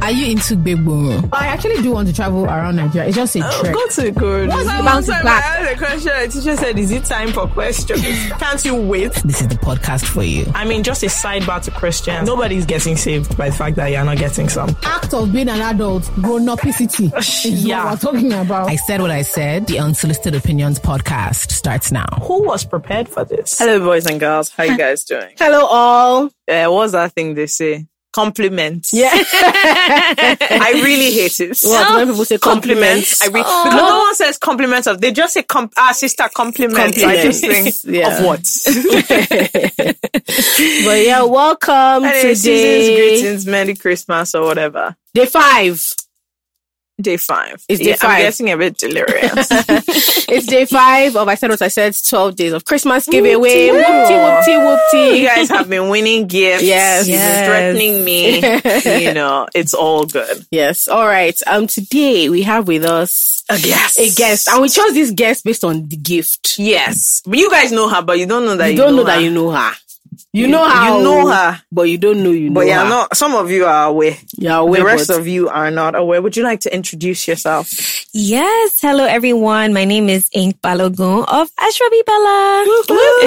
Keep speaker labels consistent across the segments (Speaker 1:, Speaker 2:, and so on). Speaker 1: Are you into Gbegbo?
Speaker 2: I actually do want to travel around Nigeria. It's just a
Speaker 1: Oh,
Speaker 2: trek.
Speaker 3: Go to good.
Speaker 2: What's that
Speaker 3: Bounce
Speaker 2: one
Speaker 3: it
Speaker 2: time
Speaker 3: back.
Speaker 2: I
Speaker 3: I asked a question. The teacher said, "Is it time for questions? Can't you wait?"
Speaker 1: This is the podcast for you.
Speaker 3: I mean, just a sidebar to Christians. Nobody's getting saved by the fact that you're not getting some.
Speaker 2: Act of being an adult, grown upicity is
Speaker 3: Yeah.
Speaker 2: what we're talking about.
Speaker 1: I said what I said. The Unsolicited Opinions podcast starts now.
Speaker 3: Who was prepared for this?
Speaker 4: Hello, boys and girls. How you guys doing?
Speaker 3: Hello, all.
Speaker 4: Uh, what's that thing they say? Compliments.
Speaker 5: Yeah.
Speaker 4: I really hate it.
Speaker 5: What? When people say compliments.
Speaker 4: I re-
Speaker 3: Oh.
Speaker 4: because no one says compliments of. They just say, comp- "Ah, sister, compliments." I just think
Speaker 5: Compliments, yeah.
Speaker 4: of what.
Speaker 5: But yeah, welcome
Speaker 4: Anyway,
Speaker 5: to
Speaker 4: season's
Speaker 5: day,
Speaker 4: greetings, Merry Christmas, or whatever.
Speaker 5: day five.
Speaker 4: Day five.
Speaker 5: It's day
Speaker 4: Yeah,
Speaker 5: five.
Speaker 4: I'm getting a bit delirious.
Speaker 5: It's day five of I said what I said. Twelve days of Christmas giveaway. Whoopty whoopty
Speaker 4: you
Speaker 5: whoopty.
Speaker 4: guys have been winning gifts.
Speaker 5: Yes.
Speaker 4: you've been
Speaker 5: Yes.
Speaker 4: threatening me. you know, it's all good.
Speaker 5: Yes. All right. Um. Today we have with us
Speaker 4: A guest.
Speaker 5: a guest, and we chose this guest based on the gift.
Speaker 4: Yes, but you guys know her, but you don't know that
Speaker 5: You
Speaker 4: you
Speaker 5: don't know
Speaker 4: her.
Speaker 5: that you know her. You know her.
Speaker 4: you
Speaker 2: oh.
Speaker 4: know her.
Speaker 5: but you don't know you know
Speaker 4: But you're
Speaker 5: her.
Speaker 4: not. Some of you are aware.
Speaker 5: You're aware,
Speaker 4: the rest
Speaker 5: but-
Speaker 4: of you are not aware. Would you like to introduce yourself?
Speaker 6: Yes, hello everyone. My name is Ink Balogun of Ashrabi Bala.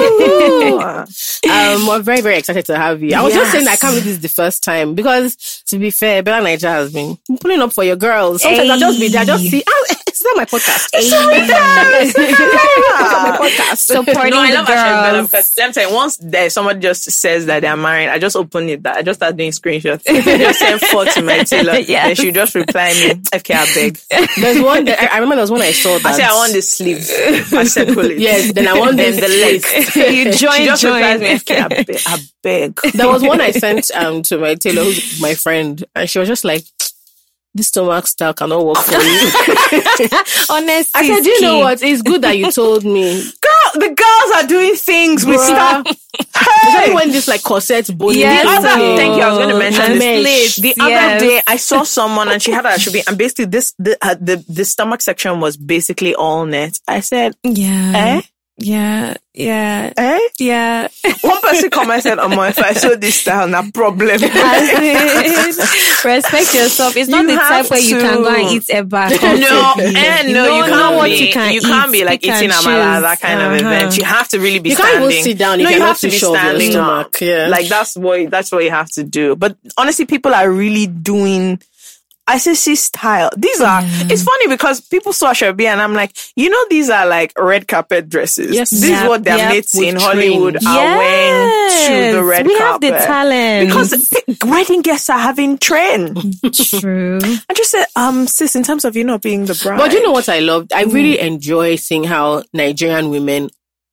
Speaker 4: Ooh.
Speaker 5: um, we're very, very excited to have you. I was just
Speaker 6: Yes.
Speaker 5: saying I can't believe this is the first time because, to be fair, Bella Niger has been pulling up for your girls. Sometimes I'll just be there, I'll just see, ah, it's not my podcast. It's not my podcast. It's not
Speaker 4: Ah.
Speaker 5: my podcast.
Speaker 6: Supporting
Speaker 4: no, I
Speaker 6: the
Speaker 4: love Ashrabi Bella
Speaker 6: girls.
Speaker 4: because let me tell you, once there, someone just says that they're married, I just open it. That I just start doing screenshots. I just send four to my tailor.
Speaker 6: Yes.
Speaker 4: And she just reply me, "Okay, I beg."
Speaker 5: There's one, that, I I remember there was one I saw that.
Speaker 4: I say I want the sleeves. I said pull it.
Speaker 5: Yes, then I want
Speaker 4: Then
Speaker 5: this
Speaker 4: the legs.
Speaker 5: list.
Speaker 6: you
Speaker 4: She
Speaker 6: join,
Speaker 4: just replies
Speaker 6: join.
Speaker 4: me, "Okay, I beg." I beg.
Speaker 5: There was one I sent um to my tailor, who's my friend, and she was just like, "This stomach style cannot work for you."
Speaker 6: Honestly,
Speaker 5: I said, "You know what? It's good that you told me."
Speaker 4: Girl, the girls are doing things with stuff.
Speaker 5: Especially when this like corset bony.
Speaker 6: Yes.
Speaker 4: The other,
Speaker 6: So-
Speaker 4: thank you. I was going to
Speaker 5: Mesh.
Speaker 4: mention this. Please, the
Speaker 6: Yes.
Speaker 4: other day I saw someone and she had her should be and basically this the, uh, the the stomach section was basically all net. I said,
Speaker 6: Yeah,
Speaker 4: eh,
Speaker 6: yeah, yeah,
Speaker 4: eh.
Speaker 6: yeah.
Speaker 4: One person commented on my if I saw this style, no problem.
Speaker 6: As in, Respect yourself. It's not
Speaker 4: You
Speaker 6: the
Speaker 4: have
Speaker 6: type where you can
Speaker 4: to.
Speaker 6: go and eat a bar.
Speaker 4: No, and no,
Speaker 6: No,
Speaker 4: you
Speaker 6: no,
Speaker 4: can't
Speaker 6: what
Speaker 4: be,
Speaker 6: you can
Speaker 4: not
Speaker 6: eat,
Speaker 4: be like
Speaker 6: you can
Speaker 4: eating amala
Speaker 6: choose.
Speaker 4: that kind of
Speaker 6: Uh-huh.
Speaker 4: event. You have to really be.
Speaker 5: You can't
Speaker 4: standing.
Speaker 5: even sit down. You
Speaker 4: no, you
Speaker 5: cannot
Speaker 4: have to
Speaker 5: see
Speaker 4: be
Speaker 5: shove your
Speaker 4: standing
Speaker 5: stomach,
Speaker 4: up.
Speaker 5: yeah.
Speaker 4: Like that's what that's what you have to do. But honestly, people are really doing. I say she style. These are. It's funny because people saw Shelby and I'm like, you know, these are like red carpet dresses.
Speaker 5: Yes.
Speaker 4: this is
Speaker 5: Yep,
Speaker 4: what their
Speaker 6: yep.
Speaker 4: mates
Speaker 5: With
Speaker 4: in
Speaker 5: train.
Speaker 4: Hollywood are wearing
Speaker 6: Yes,
Speaker 4: to the red
Speaker 6: we have
Speaker 4: carpet.
Speaker 6: the talent.
Speaker 4: because the wedding guests are having trend.
Speaker 6: true.
Speaker 4: I just said, um, sis, in terms of you not being the bride.
Speaker 5: But you know what I loved? I really enjoy seeing how Nigerian women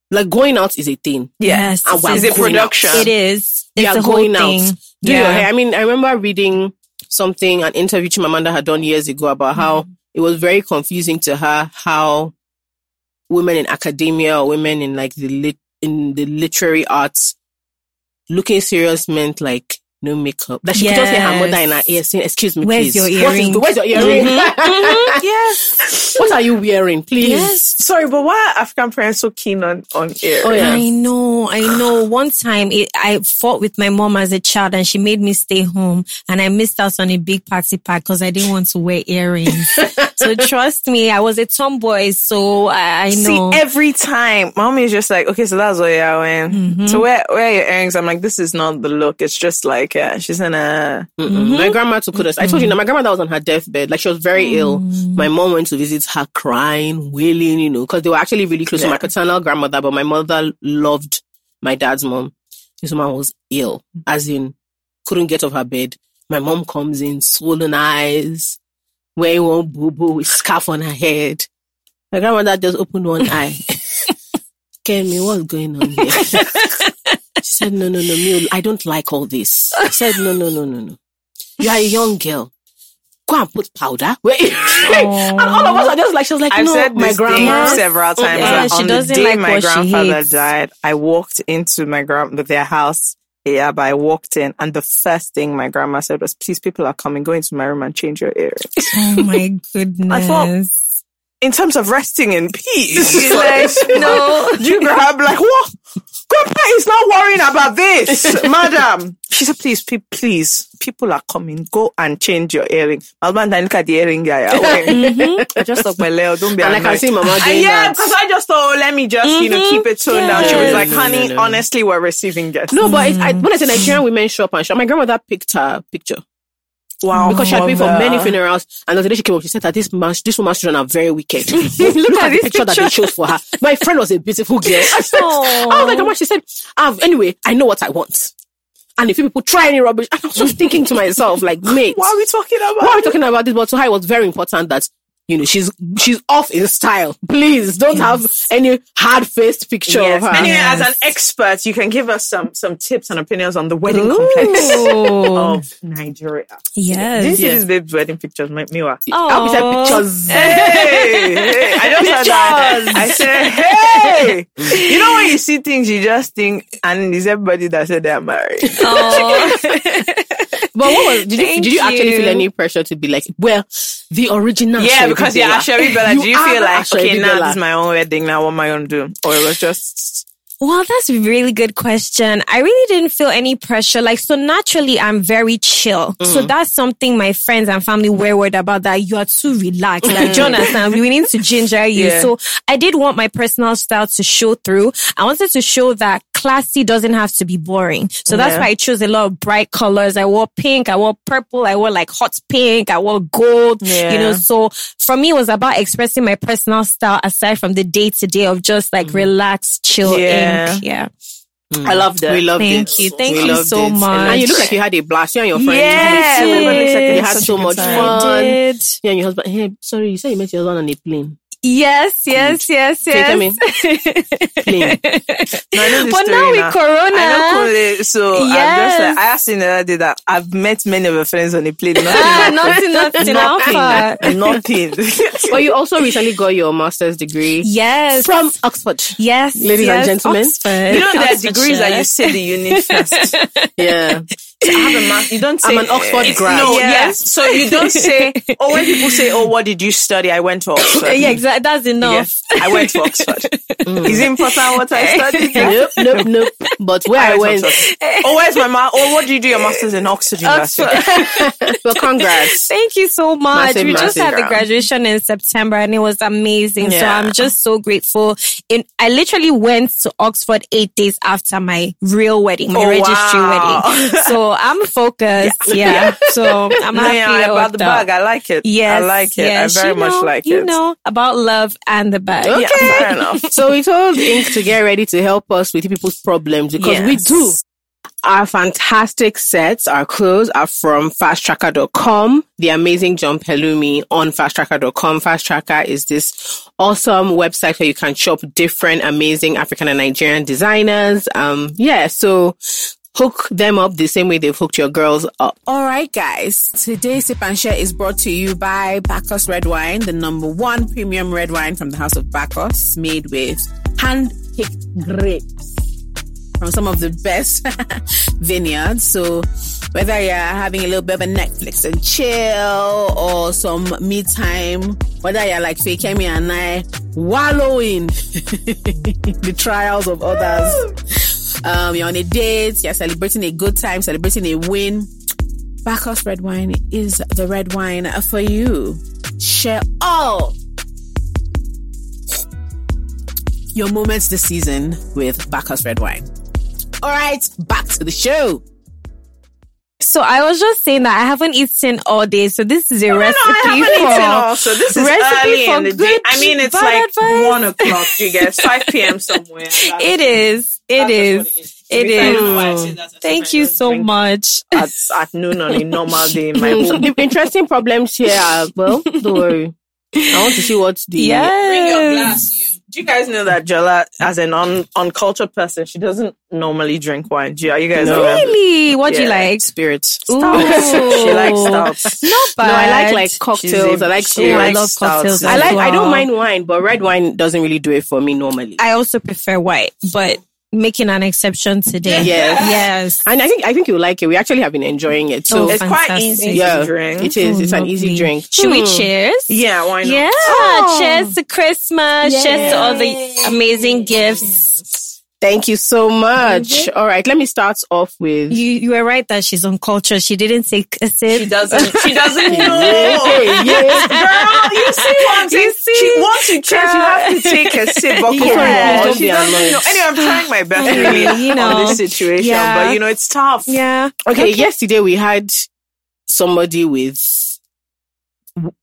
Speaker 5: like going out is a thing.
Speaker 4: Yeah.
Speaker 6: Yes,
Speaker 5: Ah, wow.
Speaker 4: It's a production.
Speaker 6: It is.
Speaker 5: They
Speaker 6: It's
Speaker 5: are
Speaker 6: a whole
Speaker 5: going
Speaker 6: thing.
Speaker 5: out. Do
Speaker 6: yeah.
Speaker 5: your hair. I mean, I remember reading something, an interview Chimamanda had done years ago about
Speaker 6: Mm-hmm.
Speaker 5: how it was very confusing to her how women in academia or women in like the lit in the literary arts looking serious meant like no makeup. That she could just hear her mother in her ear saying, "Excuse me,
Speaker 6: Where's
Speaker 5: please.
Speaker 6: your
Speaker 5: What is
Speaker 6: earring?" Mm-hmm.
Speaker 5: go- where's your earring?
Speaker 4: Yes.
Speaker 5: what are you wearing, please?"
Speaker 6: Yes.
Speaker 4: Sorry, but why are African parents so keen on, on air?
Speaker 5: Oh yeah.
Speaker 6: I know, I know. One time it, I fought with my mom as a child and she made me stay home and I missed out on a big party pack because I didn't want to wear earrings. so trust me, I was a tomboy, so I, I
Speaker 4: See,
Speaker 6: know.
Speaker 4: every time, mommy is just like, okay, so that's what you're wearing.
Speaker 6: Mm-hmm.
Speaker 4: So where, where are your earrings? I'm like, this is not the look. It's just like, yeah, she's in a,
Speaker 5: Mm-mm. My grandma took us. I told you, now my grandmother was on her deathbed. Like she was very ill. My mom went to visit her, crying, wailing, you know, because they were actually really close to my paternal grandmother. But my mother loved my dad's mom. This woman was ill, as in couldn't get off her bed. My mom comes in, swollen eyes, wearing one boo boo with scarf on her head. My grandmother just opened one eye. Kemi, what's going on here? she said, No, no, no, me, I don't like all this. I said, No, no, no, no, no. You are a young girl. Go and put powder. Wait. and
Speaker 6: Oh,
Speaker 5: all of us are just like, she was like,
Speaker 4: I've
Speaker 5: No,
Speaker 4: said
Speaker 5: my
Speaker 4: this thing
Speaker 5: grandma.
Speaker 4: several times.
Speaker 6: Yeah,
Speaker 4: that
Speaker 6: she
Speaker 4: on the
Speaker 6: doesn't
Speaker 4: day
Speaker 6: like
Speaker 4: my
Speaker 6: what she
Speaker 4: grandfather
Speaker 6: hates.
Speaker 4: died, I walked into my grand their house. Yeah, but I walked in, and the first thing my grandma said was, "Please, people are coming. Go into my room and change your earrings."
Speaker 6: oh my
Speaker 4: I thought-
Speaker 6: goodness.
Speaker 4: In terms of resting in peace, like, no, you grab like what? Grandpa is not worrying about this, madam. She said, please, pe- please, people are coming. Go and change your earring. My husband, then look at the earring guy.
Speaker 5: Mm-hmm.
Speaker 4: Just like my Leo, don't be
Speaker 5: And I
Speaker 4: annoyed.
Speaker 5: can see Mama
Speaker 4: Ah,
Speaker 5: doing
Speaker 4: yeah,
Speaker 5: that.
Speaker 4: because I just thought, oh, let me just, you know, keep it toned down. She was
Speaker 5: Yes.
Speaker 4: like,
Speaker 5: No, no,
Speaker 4: honey,
Speaker 5: no, no.
Speaker 4: honestly, we're receiving guests.
Speaker 5: No, but it's, I,
Speaker 4: Mm.
Speaker 5: when I said Nigerian women shop and shop, my grandmother picked her picture
Speaker 4: wow.
Speaker 5: because she had been for
Speaker 4: mother.
Speaker 5: many funerals. And the other day she came up, she said that this man, this woman's children are very wicked. Look at the
Speaker 4: this
Speaker 5: picture that they chose for her. My friend was a beautiful girl. I said- I was like, Grandma, she said, I've, anyway, I know what I want. And if you people try any rubbish, and I was just thinking to myself, like, mate,
Speaker 4: What are we talking about?
Speaker 5: why are we talking about this? But to her, it was very important that you know she's she's off in style. Please don't have any hard faced picture
Speaker 4: Yes.
Speaker 5: of her.
Speaker 4: Anyway, as an expert, you can give us some some tips and opinions on the wedding complex of Nigeria.
Speaker 6: Oh. Yes.
Speaker 4: Oh.
Speaker 6: Oh.
Speaker 4: This is the wedding pictures, my Miwa.
Speaker 5: I'll be sent
Speaker 6: Aw.
Speaker 5: pictures.
Speaker 4: Hey, hey, I just heard that. I said, hey. You know when you see things, you just think, and it's everybody that said they are married.
Speaker 6: Aw.
Speaker 5: But what was did you,
Speaker 6: Thank
Speaker 5: did you actually
Speaker 6: you.
Speaker 5: feel any pressure to be like, well, the original?
Speaker 4: Yeah,
Speaker 5: Shirley
Speaker 4: because you're
Speaker 5: Bella.
Speaker 4: Asheri Bella. Do you
Speaker 5: are
Speaker 4: feel
Speaker 5: the
Speaker 4: like,
Speaker 5: Asheri
Speaker 4: okay, now
Speaker 5: Bella.
Speaker 4: this is my own wedding, now what am I going to do? Or it was just,
Speaker 6: Well, that's a really good question. I really didn't feel any pressure. Like, so naturally, I'm very chill. So
Speaker 4: Mm.
Speaker 6: that's something my friends and family were worried about that you are too relaxed. Like, Jonathan, we need to ginger you.
Speaker 4: Mm. Yeah.
Speaker 6: So I did want my personal style to show through. I wanted to show that classy doesn't have to be boring. So that's
Speaker 4: Yeah.
Speaker 6: why I chose a lot of bright colors. I wore pink, I wore purple, I wore like hot pink, I wore gold, you know,
Speaker 4: Yeah.
Speaker 6: so for me, it was about expressing my personal style aside from the day to day of just like relaxed, chill
Speaker 4: Mm. Yeah.
Speaker 6: ink. Yeah.
Speaker 4: I loved it.
Speaker 5: We loved
Speaker 6: Thank
Speaker 5: it.
Speaker 6: you. Thank
Speaker 5: We
Speaker 6: you
Speaker 5: loved
Speaker 6: so
Speaker 5: it.
Speaker 6: much.
Speaker 5: And you look like you had a blast. You and your friends.
Speaker 4: Yeah,
Speaker 5: you
Speaker 4: everyone looks like they
Speaker 5: you
Speaker 4: had
Speaker 5: had
Speaker 4: such
Speaker 5: so
Speaker 4: a good
Speaker 5: much
Speaker 4: time.
Speaker 6: I
Speaker 5: fun.
Speaker 6: did.
Speaker 5: You and your husband. Hey, sorry, you said you met your husband on a plane.
Speaker 6: Yes, yes, yes,
Speaker 5: Say, tell
Speaker 6: yes.
Speaker 5: Plane.
Speaker 4: No, I know this
Speaker 6: But
Speaker 4: story
Speaker 6: now
Speaker 4: I
Speaker 6: with
Speaker 4: know
Speaker 6: Corona.
Speaker 4: Kule, so I'm just
Speaker 6: Yes.
Speaker 4: like, I asked him the other day that I've met many of her friends on the plane. Nothing
Speaker 6: Ah,
Speaker 4: happened.
Speaker 6: nothing, nothing. Alpha.
Speaker 4: Nothing.
Speaker 5: but you also recently got your master's degree
Speaker 6: Yes.
Speaker 5: from Oxford.
Speaker 6: yes.
Speaker 5: Ladies and
Speaker 6: yes,
Speaker 5: gentlemen.
Speaker 6: Oxford.
Speaker 4: you know, there are
Speaker 6: Oxfordshire.
Speaker 4: degrees that you say the unit first.
Speaker 5: Yeah.
Speaker 4: I have a math. You don't say
Speaker 5: I'm an Oxford
Speaker 4: it's-
Speaker 5: grad.
Speaker 4: No,
Speaker 6: Yeah.
Speaker 4: yes. So you don't say. Or when people say, "Oh, what did you study?" I went to Oxford.
Speaker 6: Yeah, exactly. That's enough.
Speaker 4: Yes, I went to Oxford. Is it important what I studied?
Speaker 5: nope, nope, nope. But where I,
Speaker 4: I went
Speaker 5: went,
Speaker 4: to Oxford. Oh, where's my ma? Oh, what do you do your masters in Oxford University?
Speaker 5: well, congrats.
Speaker 6: Thank you so much.
Speaker 5: Massive,
Speaker 6: we just
Speaker 5: massive
Speaker 6: had the
Speaker 5: round.
Speaker 6: graduation in September and it was amazing. So
Speaker 4: Yeah.
Speaker 6: I'm just so grateful. In I literally went to Oxford eight days after my real wedding, my
Speaker 4: Oh,
Speaker 6: registry
Speaker 4: wow.
Speaker 6: wedding. So I'm focused. Yeah. So I'm
Speaker 4: No,
Speaker 6: happy
Speaker 4: yeah,
Speaker 6: it
Speaker 4: about
Speaker 6: worked
Speaker 4: the
Speaker 6: out.
Speaker 4: bag. I like it.
Speaker 6: Yes,
Speaker 4: I like it.
Speaker 6: yes,
Speaker 4: I very
Speaker 6: you
Speaker 4: much
Speaker 6: know,
Speaker 4: like
Speaker 6: you
Speaker 4: it.
Speaker 6: know about love and the bag.
Speaker 4: Yeah, fair enough.
Speaker 5: So we told Ink to get ready to help us with people's problems because we
Speaker 6: Yes.
Speaker 5: do. Our fantastic sets, our clothes are from fasttracker.com, the amazing John Pelumi on fasttracker.com. Fast Tracker is this awesome website where you can shop different amazing African and Nigerian designers. Um, yeah, so hook them up the same way they've hooked your girls up.
Speaker 7: All right, guys. Today's Sip and Share is brought to you by Bacchus Red Wine, the number one premium red wine from the house of Bacchus, made with hand-picked grapes from some of the best vineyards. So whether you're having a little bit of a Netflix and chill or some me time, whether you're like Fakemi and I, wallowing the trials of others. Um, you're on a date, you're celebrating a good time, celebrating a win. Bacchus red wine is the red wine for you. Share all your moments this season with Bacchus red wine. All right, back to the show.
Speaker 6: So I was just saying that I haven't eaten all day, so this is a recipe
Speaker 4: No, I haven't
Speaker 6: for
Speaker 4: eaten also. This is
Speaker 6: recipe
Speaker 4: early
Speaker 6: for
Speaker 4: in the day.
Speaker 6: good
Speaker 4: I mean, it's
Speaker 6: bad
Speaker 4: like
Speaker 6: advice.
Speaker 4: one o'clock. You guys, five p.m. somewhere. That's-
Speaker 6: It is. It
Speaker 4: that's just what
Speaker 6: is. It
Speaker 4: Besides why I
Speaker 6: is.
Speaker 4: say that's a
Speaker 6: Thank
Speaker 4: separate
Speaker 6: you
Speaker 4: drink
Speaker 6: so much.
Speaker 4: At, at noon on a normal day in my home.
Speaker 5: Some interesting problems here. are- Well, don't worry. I want to see what's the
Speaker 6: Yes.
Speaker 4: you. Do you guys know that Jola, as an un- uncultured person, she doesn't normally drink wine? Do you, are you guys
Speaker 6: Oh,
Speaker 4: aware?
Speaker 6: Really? What do you
Speaker 4: Yeah.
Speaker 6: like?
Speaker 5: spirits.
Speaker 4: She likes
Speaker 6: Ooh.
Speaker 4: stouts.
Speaker 6: Not bad.
Speaker 5: No, I like like cocktails.
Speaker 4: She's a-
Speaker 5: I like
Speaker 4: she
Speaker 6: Oh, I
Speaker 5: spirits.
Speaker 4: likes
Speaker 6: love cocktails.
Speaker 4: stouts.
Speaker 5: I
Speaker 6: as
Speaker 5: like. I
Speaker 6: well.
Speaker 5: don't mind wine, but red wine doesn't really do it for me normally.
Speaker 6: I also prefer white, but making an exception today.
Speaker 5: Yes.
Speaker 6: Yes.
Speaker 5: and I think I think you like it. We actually have been enjoying it. So
Speaker 6: Oh,
Speaker 4: It's quite
Speaker 6: Fantastic.
Speaker 4: easy
Speaker 5: yeah,
Speaker 4: to drink.
Speaker 5: it is. it's an easy
Speaker 6: Lovely.
Speaker 5: drink. Hmm.
Speaker 6: Should we cheers?
Speaker 4: yeah, why not?
Speaker 6: Yeah. Cheers to Christmas. Cheers to all the amazing gifts.
Speaker 5: Thank you so much. All right, let me start off with.
Speaker 6: You you were right that she's uncultured. She didn't take a sip.
Speaker 4: She doesn't. She doesn't know.
Speaker 5: Hey, yes.
Speaker 4: Girl, you see what I'm saying?
Speaker 6: see?
Speaker 4: She wants to cheers. You have to take a sip. But
Speaker 6: Yeah.
Speaker 4: yeah.
Speaker 5: Don't
Speaker 4: she
Speaker 5: be
Speaker 4: doesn't
Speaker 5: annoyed.
Speaker 4: know. Anyway, I'm trying my best
Speaker 6: Mm,
Speaker 4: really,
Speaker 6: you
Speaker 4: on
Speaker 6: know.
Speaker 4: this situation.
Speaker 6: Yeah.
Speaker 4: But you know, it's tough.
Speaker 6: Yeah.
Speaker 5: okay, yesterday we had somebody with.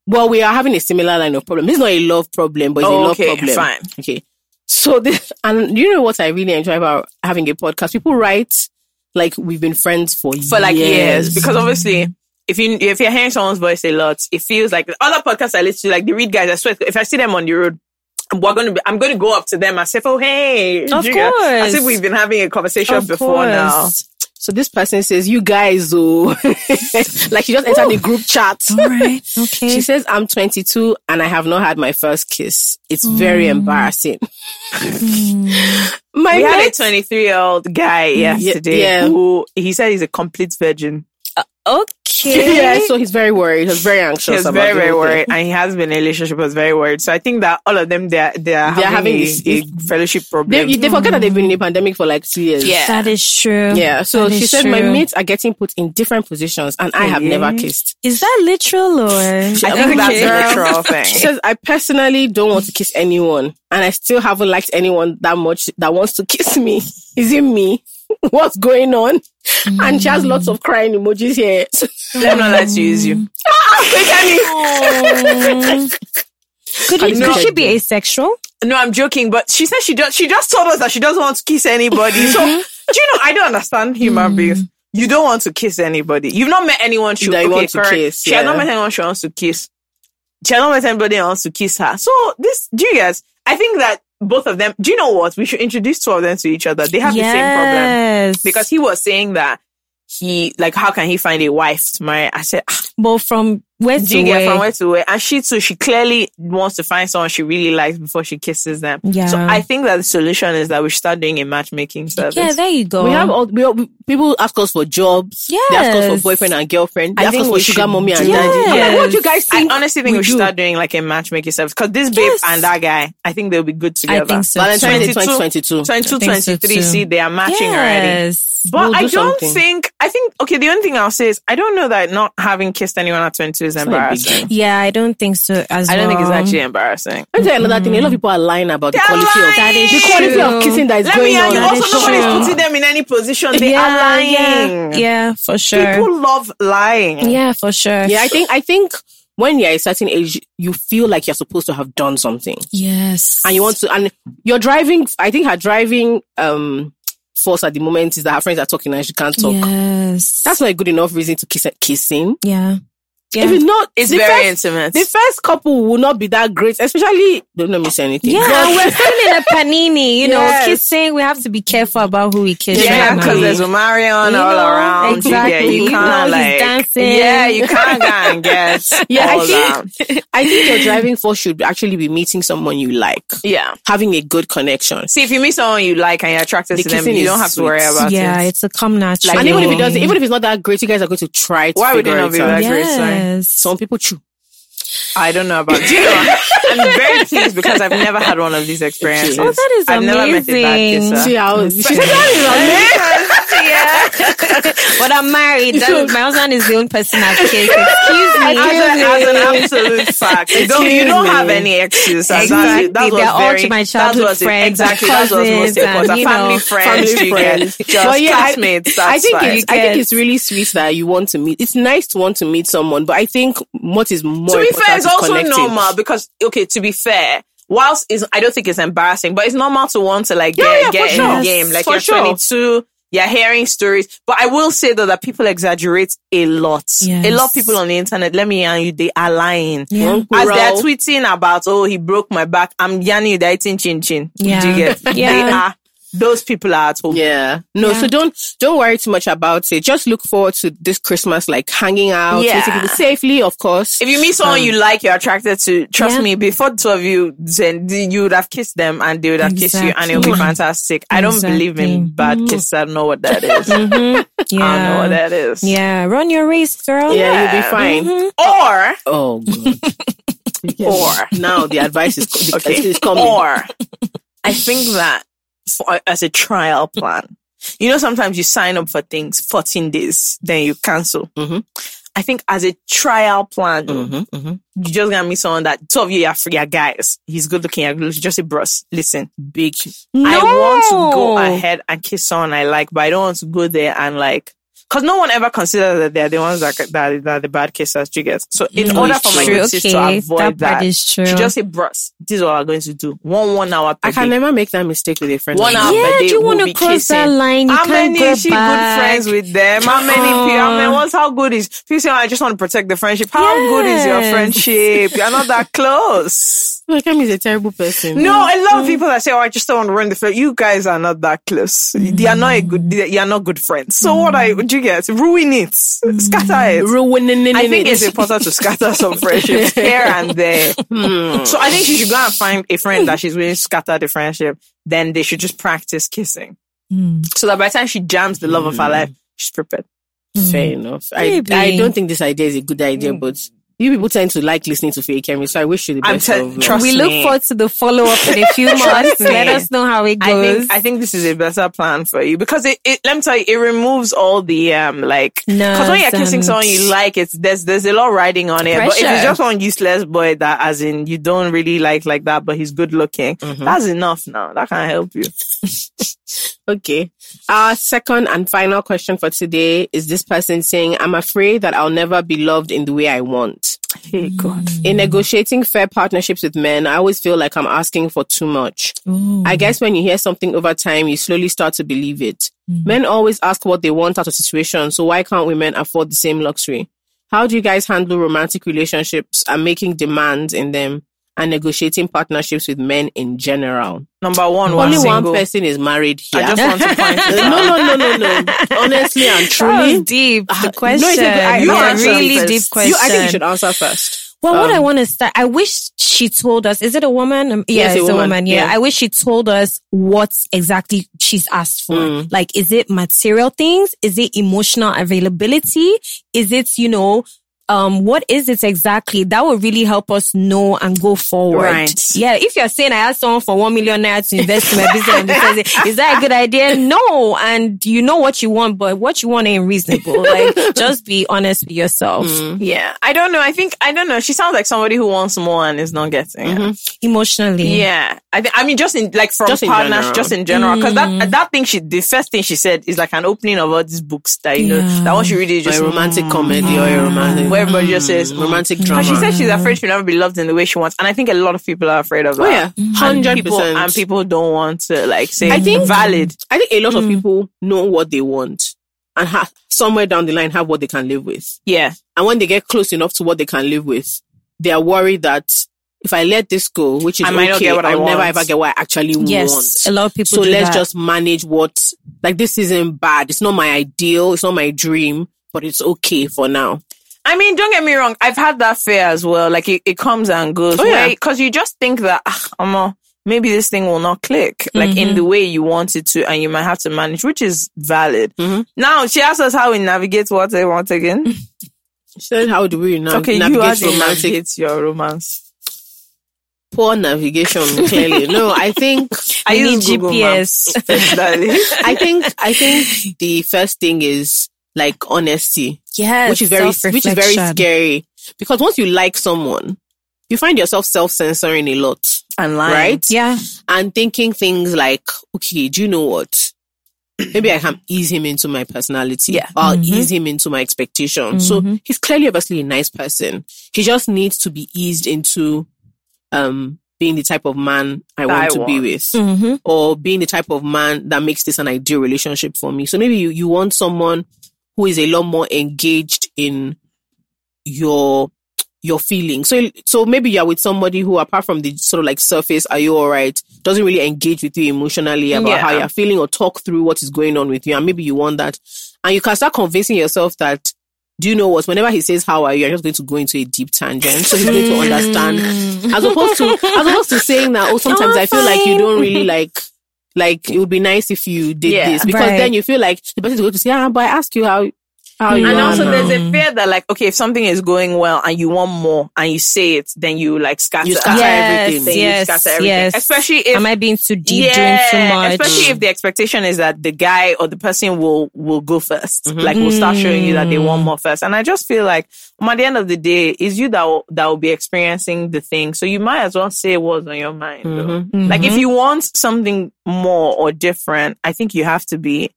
Speaker 5: Well, we are having a similar line of problem. It's not a love problem, but it's a
Speaker 4: Oh,
Speaker 5: love
Speaker 4: okay,
Speaker 5: problem.
Speaker 4: fine.
Speaker 5: Okay. So this, and you know what I really enjoy about having a podcast? People write like we've been friends for years.
Speaker 4: For like years. Because obviously if you if you're hearing someone's voice a lot, it feels like the other podcasts I listen to, like the read guys, I swear if I see them on the road, we're gonna be I'm gonna go up to them and say, Oh hey
Speaker 6: Of
Speaker 4: you guys," As
Speaker 6: course.
Speaker 4: if we've been having a conversation
Speaker 6: Of
Speaker 4: before now.
Speaker 6: course.
Speaker 5: So this person says, "You guys, oh, like she just entered the group chat."
Speaker 6: All right. Okay.
Speaker 4: Mm.
Speaker 5: She says, "I'm 22 and I have not had my first kiss. It's very embarrassing." my
Speaker 4: Mm. We had a
Speaker 5: next-
Speaker 4: 23 year old guy yesterday
Speaker 5: yeah.
Speaker 4: who he said he's a complete virgin.
Speaker 6: okay.
Speaker 5: yeah, so he's very worried. He's very anxious.
Speaker 4: He was
Speaker 5: about
Speaker 4: very, very
Speaker 5: everything.
Speaker 4: worried, and he has been in a relationship. Was very worried. So I think that all of them, they're they're,
Speaker 5: They're
Speaker 4: having,
Speaker 5: having
Speaker 4: a-
Speaker 5: this-
Speaker 4: a, fellowship problem.
Speaker 5: They, they forget that they've been in the pandemic for like two years.
Speaker 4: Yeah.
Speaker 6: That is true.
Speaker 5: Yeah, so
Speaker 6: That
Speaker 5: she
Speaker 6: is
Speaker 5: said my
Speaker 6: true.
Speaker 5: mates are getting put in different positions and I have never kissed.
Speaker 6: Is that literal or? I
Speaker 4: I think that's a literal
Speaker 5: She
Speaker 4: thing.
Speaker 5: says I personally don't want to kiss anyone and I still haven't liked anyone that much that wants to kiss me. Is it me? What's going on? And she has lots of crying emojis here. So,
Speaker 4: Let me not let you use you.
Speaker 6: Could, you,
Speaker 5: No.
Speaker 6: could she be asexual?
Speaker 4: No, I'm joking, but she said she does. She just told us that she doesn't want to kiss anybody. So do
Speaker 5: Mm-hmm.
Speaker 4: you know? I don't understand
Speaker 5: Mm.
Speaker 4: human beings. You don't want to kiss anybody. You've not met anyone she
Speaker 5: That you
Speaker 4: okay,
Speaker 5: want to
Speaker 4: correct.
Speaker 5: kiss,
Speaker 4: She has not
Speaker 5: yeah.
Speaker 4: met anyone she wants to kiss. She has not met anybody that wants to kiss her. So this, do you guys? I think that both of them. Do you know what? We should introduce two of them to each other. They have the same problem.
Speaker 6: Yes.
Speaker 4: because he was saying that he like how can he find a wife to marry? I said, ah,
Speaker 6: but from west
Speaker 4: do you
Speaker 6: to
Speaker 4: get from
Speaker 6: west.
Speaker 4: where to where? And she too, she clearly wants to find someone she really likes before she kisses them.
Speaker 6: Yeah.
Speaker 4: So I think that the solution is that we should start doing a matchmaking service.
Speaker 6: Yeah, there you go.
Speaker 5: we have all we, all- we- people ask us for jobs. They ask us
Speaker 6: Yes.
Speaker 5: for boyfriend and girlfriend. They
Speaker 4: I
Speaker 5: ask
Speaker 4: think
Speaker 5: us for
Speaker 4: we
Speaker 5: sugar
Speaker 4: should
Speaker 5: mommy and
Speaker 4: do-
Speaker 5: daddy. I'm like,
Speaker 6: Yes.
Speaker 5: what do you guys
Speaker 4: I
Speaker 5: think?
Speaker 4: honestly think we,
Speaker 5: we
Speaker 4: should
Speaker 5: do?
Speaker 4: start doing like a matchmaking service because this babe
Speaker 6: Yes.
Speaker 4: and that guy, I think they'll be good together.
Speaker 6: I think so.
Speaker 5: Valentine's Day
Speaker 6: too.
Speaker 5: 2022.
Speaker 4: 22,
Speaker 6: I think so
Speaker 4: 23,
Speaker 6: too.
Speaker 4: see, they are matching already.
Speaker 6: Yes.
Speaker 4: But
Speaker 5: We'll
Speaker 4: I
Speaker 5: do
Speaker 4: don't
Speaker 5: something.
Speaker 4: think I think okay. The only thing I'll say is I don't know that not having kissed anyone at twenty two is
Speaker 5: not a big
Speaker 4: embarrassing.
Speaker 6: Yeah, I don't think so as
Speaker 4: I don't think it's
Speaker 6: well.
Speaker 4: actually embarrassing.
Speaker 5: Let me tell you another thing. A lot of people are lying about the
Speaker 4: They're
Speaker 5: quality of
Speaker 4: lying.
Speaker 6: That is
Speaker 5: the quality
Speaker 6: true.
Speaker 5: of kissing that is
Speaker 4: Let me
Speaker 5: going
Speaker 4: hear
Speaker 5: on.
Speaker 4: you.
Speaker 6: That
Speaker 4: Also,
Speaker 6: is
Speaker 4: nobody's
Speaker 6: true.
Speaker 4: putting them in any position. They
Speaker 6: yeah,
Speaker 4: are lying.
Speaker 6: Yeah, yeah, for sure.
Speaker 4: People love lying.
Speaker 6: yeah, for sure.
Speaker 5: Yeah, I think I think when you're a certain age, you feel like you're supposed to have done something,
Speaker 6: Yes.
Speaker 5: and you want to. And you're driving. I think her driving um force at the moment is that her friends are talking and she can't talk.
Speaker 6: Yes.
Speaker 5: That's not a good enough reason to kiss kissing.
Speaker 6: yeah. Yeah.
Speaker 5: If it's not,
Speaker 4: It's
Speaker 5: the
Speaker 4: very
Speaker 5: first-
Speaker 4: intimate.
Speaker 5: The first couple will not be that great, especially don't let me say anything.
Speaker 6: Yeah, and we're still in a panini, you
Speaker 5: Yes.
Speaker 6: know, kissing. We have to be careful about who we kiss.
Speaker 4: yeah,
Speaker 6: right now.
Speaker 4: because there's Omarion
Speaker 6: You
Speaker 4: all
Speaker 6: know,
Speaker 4: around. Yeah,
Speaker 6: exactly.
Speaker 4: you
Speaker 6: You know
Speaker 4: can't
Speaker 6: he's
Speaker 4: like.
Speaker 6: dancing.
Speaker 4: Yeah, you can't go and get.
Speaker 5: Yeah, I
Speaker 4: all
Speaker 5: think-
Speaker 4: that.
Speaker 5: I think your driving force should actually be meeting someone you like,
Speaker 4: Yeah.
Speaker 5: having a good connection.
Speaker 4: See, if you meet someone you like and you're attracted
Speaker 5: The
Speaker 4: to them,
Speaker 5: kissing
Speaker 4: you
Speaker 5: is
Speaker 4: don't have to worry
Speaker 5: sweet.
Speaker 4: about
Speaker 6: yeah,
Speaker 4: it.
Speaker 6: it's a come natural.
Speaker 4: Like,
Speaker 5: And even if it doesn't, even if it's not that great, you guys are going to try to
Speaker 4: Why would it
Speaker 5: figure
Speaker 4: not be
Speaker 5: out.
Speaker 4: that great? Sorry.
Speaker 6: yes.
Speaker 5: Some people chew.
Speaker 4: I don't know about you. I'm very pleased because I've never had one of these experiences.
Speaker 5: Oh,
Speaker 6: that is
Speaker 4: I've never met a bad
Speaker 6: amazing.
Speaker 4: kisser.
Speaker 5: See how
Speaker 6: But I'm married. That, my husband is the only person I've kissed. Excuse me.
Speaker 4: as, a, as an absolute fact. You don't, you
Speaker 5: Excuse
Speaker 4: don't
Speaker 5: me.
Speaker 4: have any excuses. That's-
Speaker 6: Exactly.
Speaker 4: That was
Speaker 6: They're all
Speaker 4: very,
Speaker 6: my
Speaker 4: that
Speaker 6: childhood
Speaker 4: was it.
Speaker 6: friends,
Speaker 4: Exactly. That was most
Speaker 6: cousins, and,
Speaker 4: important.
Speaker 6: you
Speaker 4: family
Speaker 6: know,
Speaker 4: friends,
Speaker 5: family
Speaker 4: you get
Speaker 5: friends.
Speaker 4: just
Speaker 5: But yeah, I-
Speaker 4: classmates.
Speaker 5: I
Speaker 4: that's
Speaker 5: think
Speaker 4: fine.
Speaker 5: it's, I think
Speaker 6: Yes.
Speaker 5: it's really sweet that you want to meet. It's nice to want to meet someone, but I think what is more
Speaker 4: to be
Speaker 5: important
Speaker 4: fair, it's
Speaker 5: is
Speaker 4: also
Speaker 5: connecting.
Speaker 4: normal because okay, to be fair. Whilst is I don't think it's embarrassing, but it's normal to want to like get,
Speaker 5: yeah,
Speaker 4: get in
Speaker 5: for
Speaker 4: the
Speaker 6: sure.
Speaker 4: game. Like
Speaker 5: For
Speaker 4: you're
Speaker 5: sure.
Speaker 4: 22, you're hearing stories. But I will say though that people exaggerate a lot. A lot of
Speaker 6: Yes.
Speaker 4: people on the internet, let me hear you, they are lying.
Speaker 6: Yeah.
Speaker 4: As
Speaker 5: Bro.
Speaker 4: they're tweeting about, oh, he broke my back. I'm yanni they're eating chin chin. Do you
Speaker 6: Yeah.
Speaker 4: get? They
Speaker 6: Yeah.
Speaker 4: are. Those people are at home.
Speaker 5: Yeah. No, so don't don't worry too much about it. Just look forward to this Christmas, like hanging out,
Speaker 4: Yeah.
Speaker 5: meeting people safely, of course.
Speaker 4: If you meet someone you like, you're attracted to, trust
Speaker 6: Um, Yeah.
Speaker 4: me, before the two of you, then you would have kissed them and they would have kissed you and it would be
Speaker 6: Exactly.
Speaker 4: fantastic. I don't
Speaker 6: Exactly.
Speaker 4: believe in bad kisses. I don't know what that is. I
Speaker 6: Mm-hmm.
Speaker 4: don't know what
Speaker 6: Yeah.
Speaker 4: that is.
Speaker 6: Yeah. Run your race, girl.
Speaker 5: yeah, you'll
Speaker 4: Yeah.
Speaker 5: be fine.
Speaker 4: Mm-hmm.
Speaker 6: Mm-hmm.
Speaker 4: Or,
Speaker 5: Oh, God.
Speaker 4: or,
Speaker 5: now the advice is,
Speaker 4: okay,
Speaker 5: is coming.
Speaker 4: or, I think that for, as a trial plan. You know, sometimes you sign up for things 14 days, then you cancel.
Speaker 5: Mhm.
Speaker 4: I think as a trial plan,
Speaker 5: Mm-hmm, mm-hmm.
Speaker 4: you just gonna meet someone that two of you are free, are guys. He's good looking, you're good looking. Just say, bros, listen, big. I want to go ahead and kiss someone I like, but I don't want to go there and like, cause no one ever considers that they're the ones that, that, that are the bad kissers, triggers. So in order for my
Speaker 6: Mm. True.
Speaker 4: good sis to
Speaker 6: Okay, that
Speaker 4: avoid that,
Speaker 6: part is true.
Speaker 4: she just say, bros, this is what we're going to do. One, one hour per
Speaker 5: I can
Speaker 4: day.
Speaker 5: never make that mistake with a friend.
Speaker 4: One
Speaker 5: of
Speaker 4: hour
Speaker 5: mine.
Speaker 6: yeah,
Speaker 4: per
Speaker 6: do
Speaker 4: day.
Speaker 6: you
Speaker 4: we'll
Speaker 6: want
Speaker 4: be
Speaker 6: to cross that
Speaker 4: kissing.
Speaker 6: line? You
Speaker 4: how
Speaker 6: can't
Speaker 4: many
Speaker 6: go
Speaker 4: is she
Speaker 6: back.
Speaker 4: good friends with them? How many people? How many? What's how good is? People say, "Oh, I just want to protect the friendship. How good is your
Speaker 6: Yes.
Speaker 4: friendship? You're not that close.
Speaker 5: Like, I'm is a terrible person.
Speaker 4: No, a lot of people that say, "Oh, I just don't want to ruin the friend." You guys are not that close. You are not a good. You are not good friends. So what I do you get? Ruin it, scatter it.
Speaker 5: ruining it.
Speaker 4: I think it's important to scatter some friendships here and there. So I think she should go and find a friend that she's willing to scatter the friendship. Then they should just practice kissing. So that by the time she jams the love of her life, she's prepared.
Speaker 5: fair enough. I,
Speaker 6: Maybe.
Speaker 5: I don't think this idea is a good idea, but you people tend to like listening to fake chemistry, so I wish you the
Speaker 4: I'm
Speaker 5: best.
Speaker 4: tell-
Speaker 5: of luck.
Speaker 4: trust
Speaker 6: we
Speaker 4: me.
Speaker 6: look forward to the follow up in a few months. Let
Speaker 4: me.
Speaker 6: us know how it
Speaker 4: I
Speaker 6: goes.
Speaker 4: think I think this is a better plan for you because it, it let me tell you it removes all the um like because when you're
Speaker 6: Nerves
Speaker 4: kissing
Speaker 6: and-
Speaker 4: someone you like it's there's there's a lot riding on it but if it's
Speaker 6: Pressure.
Speaker 4: just one useless boy that as in you don't really like like that but he's good looking that's enough now that can help you
Speaker 5: Okay. Our second and final question for today is this person saying, I'm afraid that I'll never be loved in the way I want.
Speaker 4: hey God
Speaker 5: In negotiating fair partnerships with men, I always feel like I'm asking for too much. I
Speaker 4: Mm-hmm.
Speaker 5: guess when you hear something over time, you slowly start to believe it.
Speaker 4: Mm-hmm.
Speaker 5: Men always ask what they want out of situations, so why can't women afford the same luxury? How do you guys handle romantic relationships and making demands in them and negotiating partnerships with men in general?
Speaker 4: number one we're
Speaker 5: Only
Speaker 4: single.
Speaker 5: one person is married here.
Speaker 4: I just want to point
Speaker 5: Uh,
Speaker 4: it
Speaker 5: no,
Speaker 4: out.
Speaker 5: no, no, no, no. Honestly and
Speaker 6: That was
Speaker 5: truly.
Speaker 6: deep.
Speaker 4: Uh,
Speaker 6: The
Speaker 5: No, it's
Speaker 6: question.
Speaker 5: a good- I- you
Speaker 6: yeah,
Speaker 5: answer
Speaker 6: really
Speaker 5: first.
Speaker 6: deep question.
Speaker 5: You, I think you should answer first.
Speaker 6: Well, what I want to start, I wish she told us. Is it a woman? Um, yeah,
Speaker 5: Yes, a
Speaker 6: it's a
Speaker 5: woman.
Speaker 6: woman. Yeah.
Speaker 5: Yeah.
Speaker 6: I wish she told us what exactly she's asked for. Like, is it material things? Is it emotional availability? Is it, you know, um, what is it exactly? That will really help us know and go forward.
Speaker 4: Right.
Speaker 6: Yeah. If you're saying I asked someone for one million naira to invest in my business, and they say, is that a good idea? No. And you know what you want, but what you want ain't reasonable. like, just be honest with yourself.
Speaker 4: yeah I don't know I think I don't know she sounds like somebody who wants more and is not getting it.
Speaker 5: Mm-hmm.
Speaker 6: Emotionally.
Speaker 4: Yeah, I think I mean just in like from
Speaker 5: Just in
Speaker 4: partners,
Speaker 5: general.
Speaker 4: just in general, because
Speaker 5: Mm.
Speaker 4: that that thing she the first thing she said is like an opening of all these books that you know
Speaker 6: Yeah.
Speaker 4: that once you read it you
Speaker 5: Or
Speaker 4: just Mm.
Speaker 5: a romantic comedy or a romantic. Mm.
Speaker 4: where everybody just says mm.
Speaker 5: romantic drama.
Speaker 4: But she said she's
Speaker 5: Mm.
Speaker 4: afraid she'll never be loved in the way she wants, and I think a lot of people are afraid of that.
Speaker 5: Oh yeah, hundred
Speaker 4: people
Speaker 5: percent.
Speaker 4: and people don't want to like say
Speaker 5: I think-
Speaker 4: valid. Hmm.
Speaker 5: I think a lot of people know what they want and ha- somewhere down the line have what they can live with.
Speaker 4: Yeah,
Speaker 5: And when they get close enough to what they can live with, they are worried that if I let this go, which is
Speaker 4: I might not
Speaker 5: okay,
Speaker 4: get what I
Speaker 5: will never
Speaker 4: want.
Speaker 5: ever get what I actually
Speaker 6: Yes, a
Speaker 5: want.
Speaker 6: lot of people.
Speaker 5: So
Speaker 6: do
Speaker 5: let's
Speaker 6: that.
Speaker 5: just manage what like this isn't bad. It's not my ideal. It's not my dream, but it's okay for now.
Speaker 4: I mean, don't get me wrong. I've had that fear as well. Like it, it comes and goes.
Speaker 5: Oh, yeah.
Speaker 4: Because you just think that, ah, Omo, maybe this thing will not click. Like
Speaker 5: Mm-hmm.
Speaker 4: in the way you want it to, and you might have to manage, which is valid. Now, she asks us how we navigate what they want again.
Speaker 5: She said, "How do we now
Speaker 4: okay, you are
Speaker 5: Um, navigate
Speaker 4: the
Speaker 5: romantic
Speaker 4: navigate your romance.
Speaker 5: poor navigation?" Clearly, no. I think
Speaker 4: I
Speaker 6: We need
Speaker 4: use Google
Speaker 6: GPS.
Speaker 4: Maps, darling.
Speaker 5: I think I think the first thing is like honesty,
Speaker 6: yes,
Speaker 5: which is very which is very
Speaker 6: self-reflection.
Speaker 5: scary because once you like someone, you find yourself self censoring a lot,
Speaker 4: and lying.
Speaker 5: right?
Speaker 6: Yeah,
Speaker 5: and thinking things like, okay, do you know what? Maybe I can ease him into my personality.
Speaker 4: Yeah.
Speaker 5: I'll ease him into my expectations. So he's clearly obviously a nice person. He just needs to be eased into um being the type of man I want
Speaker 4: I
Speaker 5: to be
Speaker 4: want.
Speaker 5: with.
Speaker 6: Mm-hmm.
Speaker 5: Or being the type of man that makes this an ideal relationship for me. So maybe you, you want someone who is a lot more engaged in your your feelings. So so maybe you're with somebody who apart from the sort of like surface, are you alright? Doesn't really engage with you emotionally about
Speaker 4: Yeah.
Speaker 5: how you're feeling or talk through what is going on with you. And maybe you want that. And you can start convincing yourself that do you know what? Whenever he says how are you, you're just going to go into a deep tangent. So he's going to
Speaker 6: Mm. Mm-hmm.
Speaker 5: understand. As opposed to as opposed to saying that, oh sometimes
Speaker 6: Oh,
Speaker 5: I feel like you
Speaker 6: fine.
Speaker 5: don't really like like it would be nice if you did
Speaker 4: Yeah.
Speaker 5: this. Because
Speaker 6: Right.
Speaker 5: then you feel like the person is going to say, ah, but I asked you how
Speaker 7: Oh,
Speaker 4: And also, there's a fear that, like, okay, if something is going well and you want more and you say it, then you like scatter,
Speaker 5: You scatter
Speaker 6: Yes,
Speaker 5: everything.
Speaker 4: You
Speaker 6: yes,
Speaker 4: scatter everything.
Speaker 6: yes.
Speaker 4: Especially if
Speaker 6: Am I being too deep, doing too much?
Speaker 4: Especially if the expectation is that the guy or the person will will go 1st
Speaker 6: Mm-hmm.
Speaker 4: like will start showing you that they
Speaker 6: Mm.
Speaker 4: want more first. And I just feel like um, at the end of the day, it's you that will, that will be experiencing the thing. So you might as well say what's on your mind. though.
Speaker 6: Mm-hmm.
Speaker 4: Like if you want something more or different, I think you have to be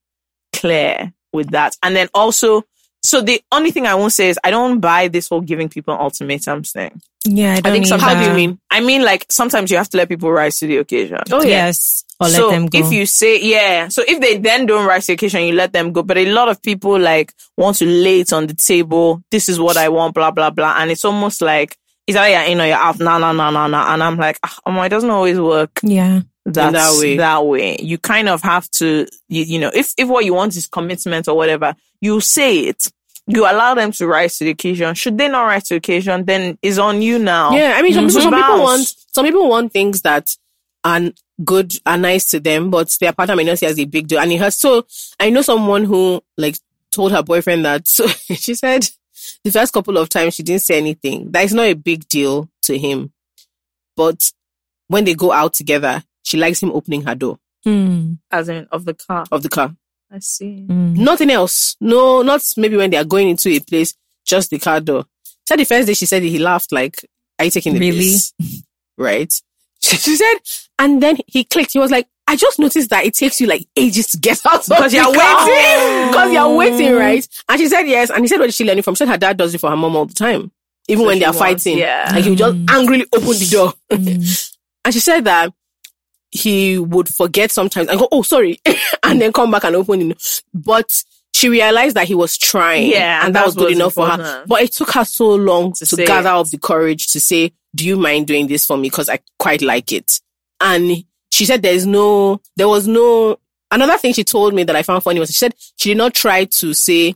Speaker 4: clear with that. And then also. So the only thing I won't say is I don't buy this whole giving people ultimatums thing.
Speaker 6: Mm-hmm. yeah, I, don't
Speaker 4: I think
Speaker 6: need
Speaker 4: sometimes
Speaker 6: that.
Speaker 4: I mean like sometimes you have to let people rise to the occasion
Speaker 6: Oh,
Speaker 5: oh,
Speaker 6: Yes, or let
Speaker 4: so
Speaker 6: them go.
Speaker 4: if you say yeah, so if they then don't rise to the occasion, you let them go. But a lot of people like want to lay it on the table. This is what I want, blah blah blah, and it's almost like it's either you're in or you're out. Nah nah nah nah nah, and I'm like, ah, oh my, it doesn't always work
Speaker 6: yeah,
Speaker 4: that,
Speaker 5: that way.
Speaker 4: way. That way, you kind of have to, you, you know, if if what you want is commitment or whatever, you say it. You allow them to rise to the occasion. Should they not rise to the occasion, then it's on you now.
Speaker 5: Yeah, I mean, some,
Speaker 4: Mhm.
Speaker 5: people, some people
Speaker 4: Bounce.
Speaker 5: want some people want things that are good, are nice to them, but their partner may not see as a big deal, and it hurts. So I know someone who like told her boyfriend that. So she said the first couple of times she didn't say anything. That is not a big deal to him, but when they go out together, she likes him opening her door
Speaker 6: Mm,
Speaker 4: As in of the car.
Speaker 5: of the car.
Speaker 4: I see.
Speaker 6: mm.
Speaker 5: Nothing else. No, not maybe when they are going into a place, just the car door. So the first day she said it, he laughed like, "Are you taking the
Speaker 6: Really?
Speaker 5: piss?" Right? She said, and then he clicked. He was like, "I just noticed that it takes you like ages to get out
Speaker 4: Because
Speaker 5: of
Speaker 4: you're
Speaker 5: the car.
Speaker 4: waiting. Oh.
Speaker 5: because you're waiting, right?" And she said yes, and he said, "What is she learning from?" She said, "Her dad does it for her mom all the time, even when
Speaker 4: she
Speaker 5: they are
Speaker 4: wants-
Speaker 5: fighting.
Speaker 4: yeah. Mm.
Speaker 5: like he would just angrily open the door." and she said that he would forget sometimes and go, oh, sorry, and then come back and open it. But she realized that he was trying.
Speaker 4: Yeah,
Speaker 5: And that
Speaker 4: that
Speaker 5: was good
Speaker 4: was
Speaker 5: enough for her.
Speaker 4: important.
Speaker 5: But it took her so long to,
Speaker 4: To say
Speaker 5: gather
Speaker 4: it.
Speaker 5: up the courage to say, do you mind doing this for me? Cause I quite like it. And she said there's no, there was no, another thing she told me that I found funny was she said she did not try to say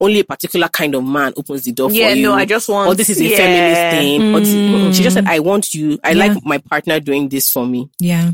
Speaker 5: only a particular kind of man opens the door
Speaker 4: Yeah,
Speaker 5: for you
Speaker 4: no, I just want.
Speaker 5: or this is a
Speaker 4: yeah.
Speaker 5: feminist thing. Or this,
Speaker 6: Mm.
Speaker 5: She just said, I want you, I
Speaker 6: Yeah.
Speaker 5: like my partner doing this for me.
Speaker 6: yeah,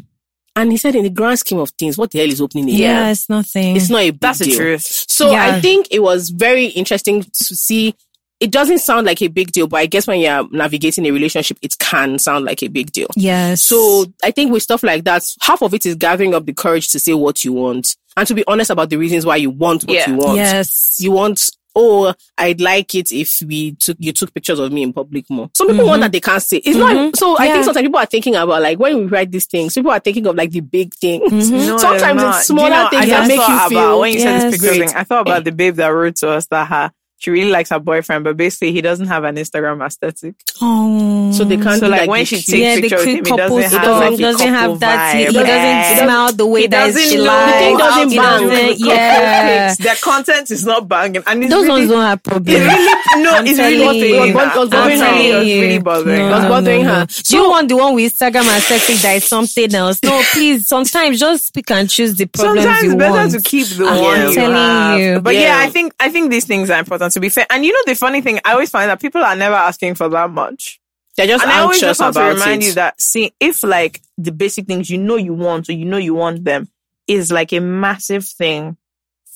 Speaker 5: And he said, in the grand scheme of things, what the hell is opening a
Speaker 6: yeah,
Speaker 5: door?
Speaker 6: it's nothing.
Speaker 5: It's not a big
Speaker 4: That's the
Speaker 5: deal.
Speaker 4: truth.
Speaker 5: So I
Speaker 6: Yeah.
Speaker 5: think it was very interesting to see. It doesn't sound like a big deal, but I guess when you're navigating a relationship, it can sound like a big deal.
Speaker 6: yes.
Speaker 5: So I think with stuff like that, half of it is gathering up the courage to say what you want and to be honest about the reasons why you want what
Speaker 4: Yeah.
Speaker 5: you want.
Speaker 6: yes,
Speaker 5: You want, oh, I'd like it if we took you took pictures of me in public more. Some people want that they can't say. It's not. So I
Speaker 6: Yeah.
Speaker 5: think sometimes people are thinking about like when we write these things, people are thinking of like the big things.
Speaker 4: No,
Speaker 5: Sometimes
Speaker 4: they're
Speaker 5: it's
Speaker 4: not.
Speaker 5: smaller
Speaker 4: Do you know,
Speaker 5: things
Speaker 4: I
Speaker 5: that
Speaker 4: just
Speaker 5: make
Speaker 4: thought
Speaker 5: you
Speaker 4: about,
Speaker 5: feel.
Speaker 4: When you said
Speaker 6: Yes.
Speaker 4: this picture thing, I thought about the babe that wrote to us that her she really likes her boyfriend, but basically he doesn't have an Instagram aesthetic.
Speaker 6: oh,
Speaker 5: so they can't
Speaker 4: So
Speaker 5: be
Speaker 4: like,
Speaker 5: like
Speaker 4: when
Speaker 5: the
Speaker 4: she takes
Speaker 5: cute-
Speaker 6: yeah, the
Speaker 4: picture with
Speaker 6: cute
Speaker 4: him, he
Speaker 6: couple
Speaker 4: doesn't have
Speaker 6: stuff
Speaker 4: like a
Speaker 6: doesn't
Speaker 4: couple
Speaker 6: have that. He,
Speaker 4: vibe.
Speaker 6: he doesn't
Speaker 4: Yeah.
Speaker 6: smile the way
Speaker 4: He
Speaker 6: that
Speaker 4: doesn't
Speaker 6: she
Speaker 4: know
Speaker 6: likes.
Speaker 4: how
Speaker 5: doesn't
Speaker 4: to
Speaker 5: bang.
Speaker 4: do the couple
Speaker 6: Yeah,
Speaker 4: pics. Their content is not banging, and it's
Speaker 6: those
Speaker 4: really,
Speaker 6: ones don't have
Speaker 4: It
Speaker 6: problems.
Speaker 4: really, no,
Speaker 6: I'm
Speaker 4: it's really
Speaker 6: telling you.
Speaker 5: It
Speaker 4: bothering.
Speaker 5: was bo- it was
Speaker 4: her.
Speaker 5: bothering
Speaker 4: I'm telling
Speaker 5: her.
Speaker 4: you, it's really bothering.
Speaker 6: No,
Speaker 4: her.
Speaker 5: It was
Speaker 6: no,
Speaker 5: bothering
Speaker 6: no.
Speaker 5: her.
Speaker 6: Do you want the one with Instagram aesthetic that is something else? No, please. Sometimes just pick and choose the problems
Speaker 4: Sometimes
Speaker 6: you
Speaker 4: it's better
Speaker 6: want.
Speaker 4: to keep the
Speaker 6: I'm
Speaker 4: one you
Speaker 6: telling
Speaker 4: have.
Speaker 6: you.
Speaker 4: But yeah.
Speaker 5: Yeah.
Speaker 4: I think I think these things are important to be fair. And you know the funny thing, I always find that people are never asking for that much.
Speaker 5: They're just
Speaker 4: and I always
Speaker 5: anxious
Speaker 4: just want to
Speaker 5: about
Speaker 4: remind
Speaker 5: it.
Speaker 4: you that see if like the basic things you know you want or you know you want them is like a massive thing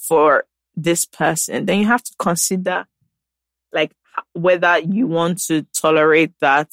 Speaker 4: for this person, then you have to consider like h- whether you want to tolerate that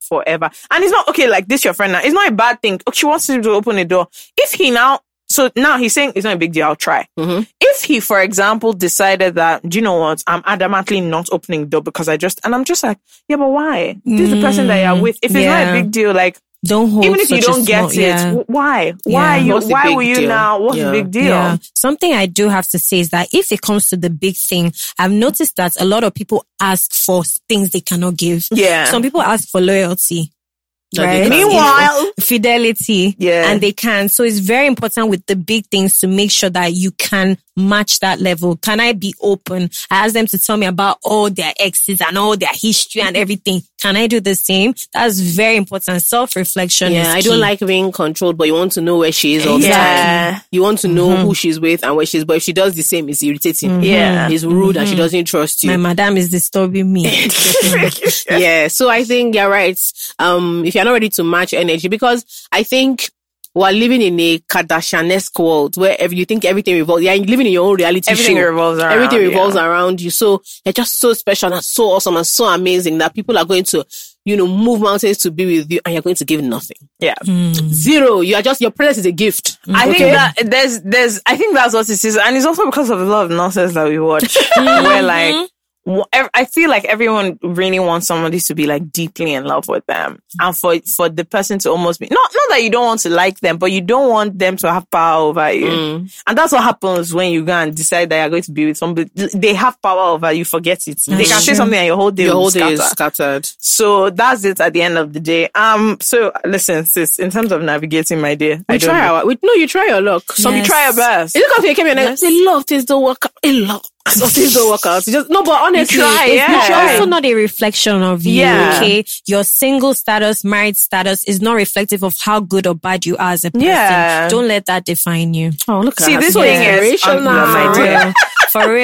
Speaker 4: forever. And it's not okay, like this your friend now. It's not a bad thing. Oh, She wants him to open the door. If he now so now he's saying it's not a big deal, I'll try.
Speaker 5: Mhm.
Speaker 4: If he, for example, decided that, do you know what, I'm adamantly not opening the door because I just and I'm just like, yeah, but why? This is the person that you're with. If it's not
Speaker 6: Mm, Yeah.
Speaker 4: a big deal, like
Speaker 6: Don't hold.
Speaker 4: even if you
Speaker 6: such a
Speaker 4: don't get
Speaker 6: small-
Speaker 4: it,
Speaker 6: yeah.
Speaker 4: w- why? Why
Speaker 6: Yeah.
Speaker 4: you
Speaker 5: What's the
Speaker 4: why
Speaker 5: big
Speaker 4: will you
Speaker 5: deal?
Speaker 4: now? What's
Speaker 5: Yeah.
Speaker 4: the big deal?
Speaker 6: Yeah. Something I do have to say is that if it comes to the big thing, I've noticed that a lot of people ask for things they cannot give.
Speaker 4: Yeah.
Speaker 6: Some people ask for loyalty.
Speaker 5: That they
Speaker 6: Right?
Speaker 5: can't.
Speaker 4: Meanwhile-
Speaker 6: fidelity.
Speaker 4: Yeah.
Speaker 6: And they can. So it's very important with the big things to make sure that you can match that level. Can I be open? I ask them to tell me about all their exes and all their history and everything. Can I do the same? That's very important. Self reflection.
Speaker 5: Yeah, I don't like being controlled, but you want to know where she is all the
Speaker 4: Yeah.
Speaker 5: time. You want to know who she's with and where she's. But if she does the same, it's irritating.
Speaker 4: Yeah.
Speaker 5: it's rude and she doesn't trust
Speaker 6: My
Speaker 5: you.
Speaker 6: madam is disturbing me.
Speaker 5: yeah, so I think you're right. Um, if you're not ready to match energy, because I think we're living in a Kardashianesque world where every, you think everything revolves. Yeah, you're living in your own reality
Speaker 4: Everything
Speaker 5: show.
Speaker 4: revolves around.
Speaker 5: everything revolves
Speaker 4: yeah.
Speaker 5: around you. So you're just so special and so awesome and so amazing that people are going to, you know, move mountains to be with you, and you're going to give nothing.
Speaker 4: Yeah.
Speaker 5: Zero. You are just your presence is a gift.
Speaker 4: I think that there's there's I think that's what it is, and it's also because of a lot of nonsense that we watch.
Speaker 5: Mm-hmm.
Speaker 4: where like, wh- ev- I feel like everyone really wants somebody to be like deeply in love with them, and for for the person to almost be not not that you don't want to like them, but you don't want them to have power over you,
Speaker 5: Mm.
Speaker 4: and that's what happens when you go and decide that you're going to be with somebody. They have power over you. Forget it. they can say something, and your whole day
Speaker 5: your
Speaker 4: will
Speaker 5: whole day is
Speaker 4: scatter.
Speaker 5: scattered.
Speaker 4: So that's it at the end of the day. Um, so listen, sis, in terms of navigating my day, I
Speaker 5: We
Speaker 4: don't
Speaker 5: try
Speaker 4: know.
Speaker 5: our. We, no, you try your luck. Some
Speaker 4: You try your best.
Speaker 5: Is it because you came here and yes. a lot of things don't work out? A lot of things don't work out. You just no, but honestly,
Speaker 4: try,
Speaker 5: it's
Speaker 4: yeah.
Speaker 5: not-
Speaker 6: It's also not a reflection of you,
Speaker 4: Yeah.
Speaker 6: okay? Your single status, married status is not reflective of how good or bad you are as a person.
Speaker 4: Yeah.
Speaker 6: Don't let that define you.
Speaker 5: Oh, look
Speaker 4: See,
Speaker 5: at
Speaker 4: this
Speaker 5: her.
Speaker 4: thing is
Speaker 5: Inspiration
Speaker 4: uncle of my
Speaker 5: now.
Speaker 6: For
Speaker 4: dear.
Speaker 6: real. For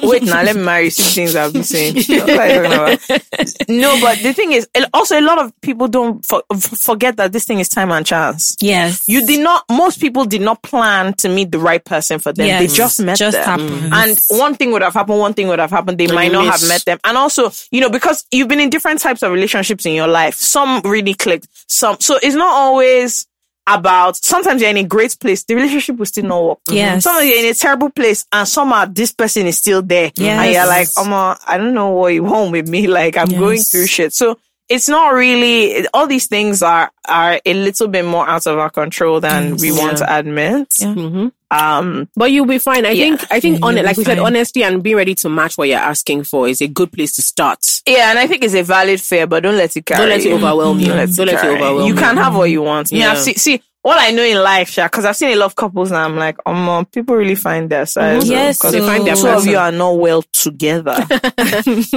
Speaker 6: real.
Speaker 4: Wait, now let me marry you. See things I've been saying. What are you talking about? no, but the thing is, and also a lot of people don't for, forget that this thing is time and chance.
Speaker 6: Yes.
Speaker 4: You did not. Most people did not plan to meet the right person for them. They
Speaker 6: Yes,
Speaker 4: just met
Speaker 6: just
Speaker 4: them.
Speaker 6: happens.
Speaker 4: And one thing would have happened. One thing would have happened. They might
Speaker 5: you
Speaker 4: not have
Speaker 5: miss.
Speaker 4: met them. And also, you know, because you've been in different types of relationships in your life. Some really clicked. Some. So it's not always about. Sometimes you're in a great place. The relationship will still not work.
Speaker 6: Yes.
Speaker 4: Sometimes you're in a terrible place, and somehow this person is still there. And you're
Speaker 6: Yes.
Speaker 4: like, Oma, I don't know what you want with me. Like I'm going
Speaker 6: Yes.
Speaker 4: through shit. So it's not really all these things are are a little bit more out of our control than we want to admit.
Speaker 5: mm-hmm.
Speaker 4: Um
Speaker 5: But you'll be fine. I think. I think. on it, like we said,
Speaker 6: fine.
Speaker 5: honesty and being ready to match what you're asking for is a good place to start.
Speaker 4: yeah, and I think it's a valid fear, but don't let it carry.
Speaker 5: Don't let it
Speaker 4: you.
Speaker 5: overwhelm you.
Speaker 4: Don't let,
Speaker 5: Don't let it
Speaker 4: carry
Speaker 5: overwhelm
Speaker 4: you.
Speaker 5: you.
Speaker 4: can have what you want. Yeah.
Speaker 5: Yeah.
Speaker 4: I've see, see all I know in life, because I've seen a lot of couples, and I'm like, um, people really find their size.
Speaker 6: Yes,
Speaker 4: because
Speaker 6: so-
Speaker 5: find
Speaker 4: the
Speaker 5: their
Speaker 4: Mm-hmm. two of
Speaker 5: person.
Speaker 4: you are not well together,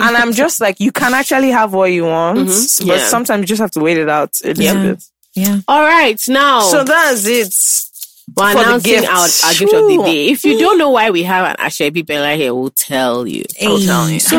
Speaker 4: and I'm just like, you can actually have what you want, but
Speaker 5: Mm-hmm. Yeah.
Speaker 4: sometimes you just have to wait it out a little
Speaker 6: Yeah.
Speaker 4: bit.
Speaker 6: yeah.
Speaker 5: All right, now
Speaker 4: So that's it.
Speaker 5: we're
Speaker 4: for the
Speaker 5: announcing
Speaker 4: gift.
Speaker 5: our, our gift Mm. of the
Speaker 4: Shoo.
Speaker 5: day. If you don't know why we have an Ashebi Bella here, we'll tell you.
Speaker 6: I'll tell you.
Speaker 5: So,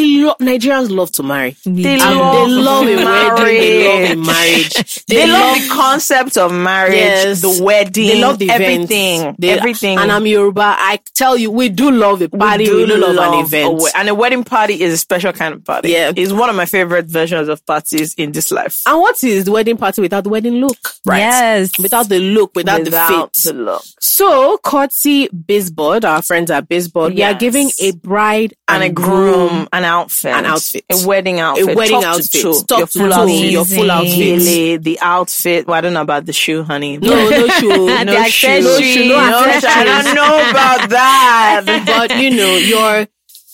Speaker 5: a lo- Nigerians love to marry.
Speaker 4: They
Speaker 5: And
Speaker 4: love,
Speaker 5: they love a wedding. They love a
Speaker 4: marriage.
Speaker 5: marriage.
Speaker 4: They, love, the concept of marriage,
Speaker 5: Yes.
Speaker 4: the wedding,
Speaker 5: They love the event.
Speaker 4: everything,
Speaker 5: They-
Speaker 4: everything.
Speaker 5: And I'm Yoruba. I tell you, we do love a party. We do, love, an
Speaker 4: a
Speaker 5: event.
Speaker 4: we- and a wedding party is a special kind of party.
Speaker 5: Yeah.
Speaker 4: it's one of my favorite versions of parties in this life.
Speaker 5: and what is the wedding party without the wedding look?
Speaker 6: Yes.
Speaker 5: Without the look, without,
Speaker 4: Without
Speaker 5: the fit.
Speaker 4: the love.
Speaker 5: So, Courtsy Bizboard, our friends at Bizboard, we are
Speaker 4: Yes.
Speaker 5: giving a bride
Speaker 4: and a groom, an outfit,
Speaker 5: An outfit.
Speaker 4: a wedding outfit,
Speaker 5: wedding
Speaker 4: top
Speaker 5: outfit,
Speaker 4: to toe,
Speaker 5: top
Speaker 4: your
Speaker 5: to
Speaker 4: full
Speaker 5: toe,
Speaker 4: outfit,
Speaker 5: your
Speaker 6: full outfit.
Speaker 4: Really, the outfit. Well, I don't know about the shoe, honey.
Speaker 5: No, no shoe.
Speaker 4: no,
Speaker 5: no shoe.
Speaker 4: shoe,
Speaker 5: No shoe. No
Speaker 4: no shoe. I
Speaker 5: accessories.
Speaker 4: don't know about that.
Speaker 5: but you know, you're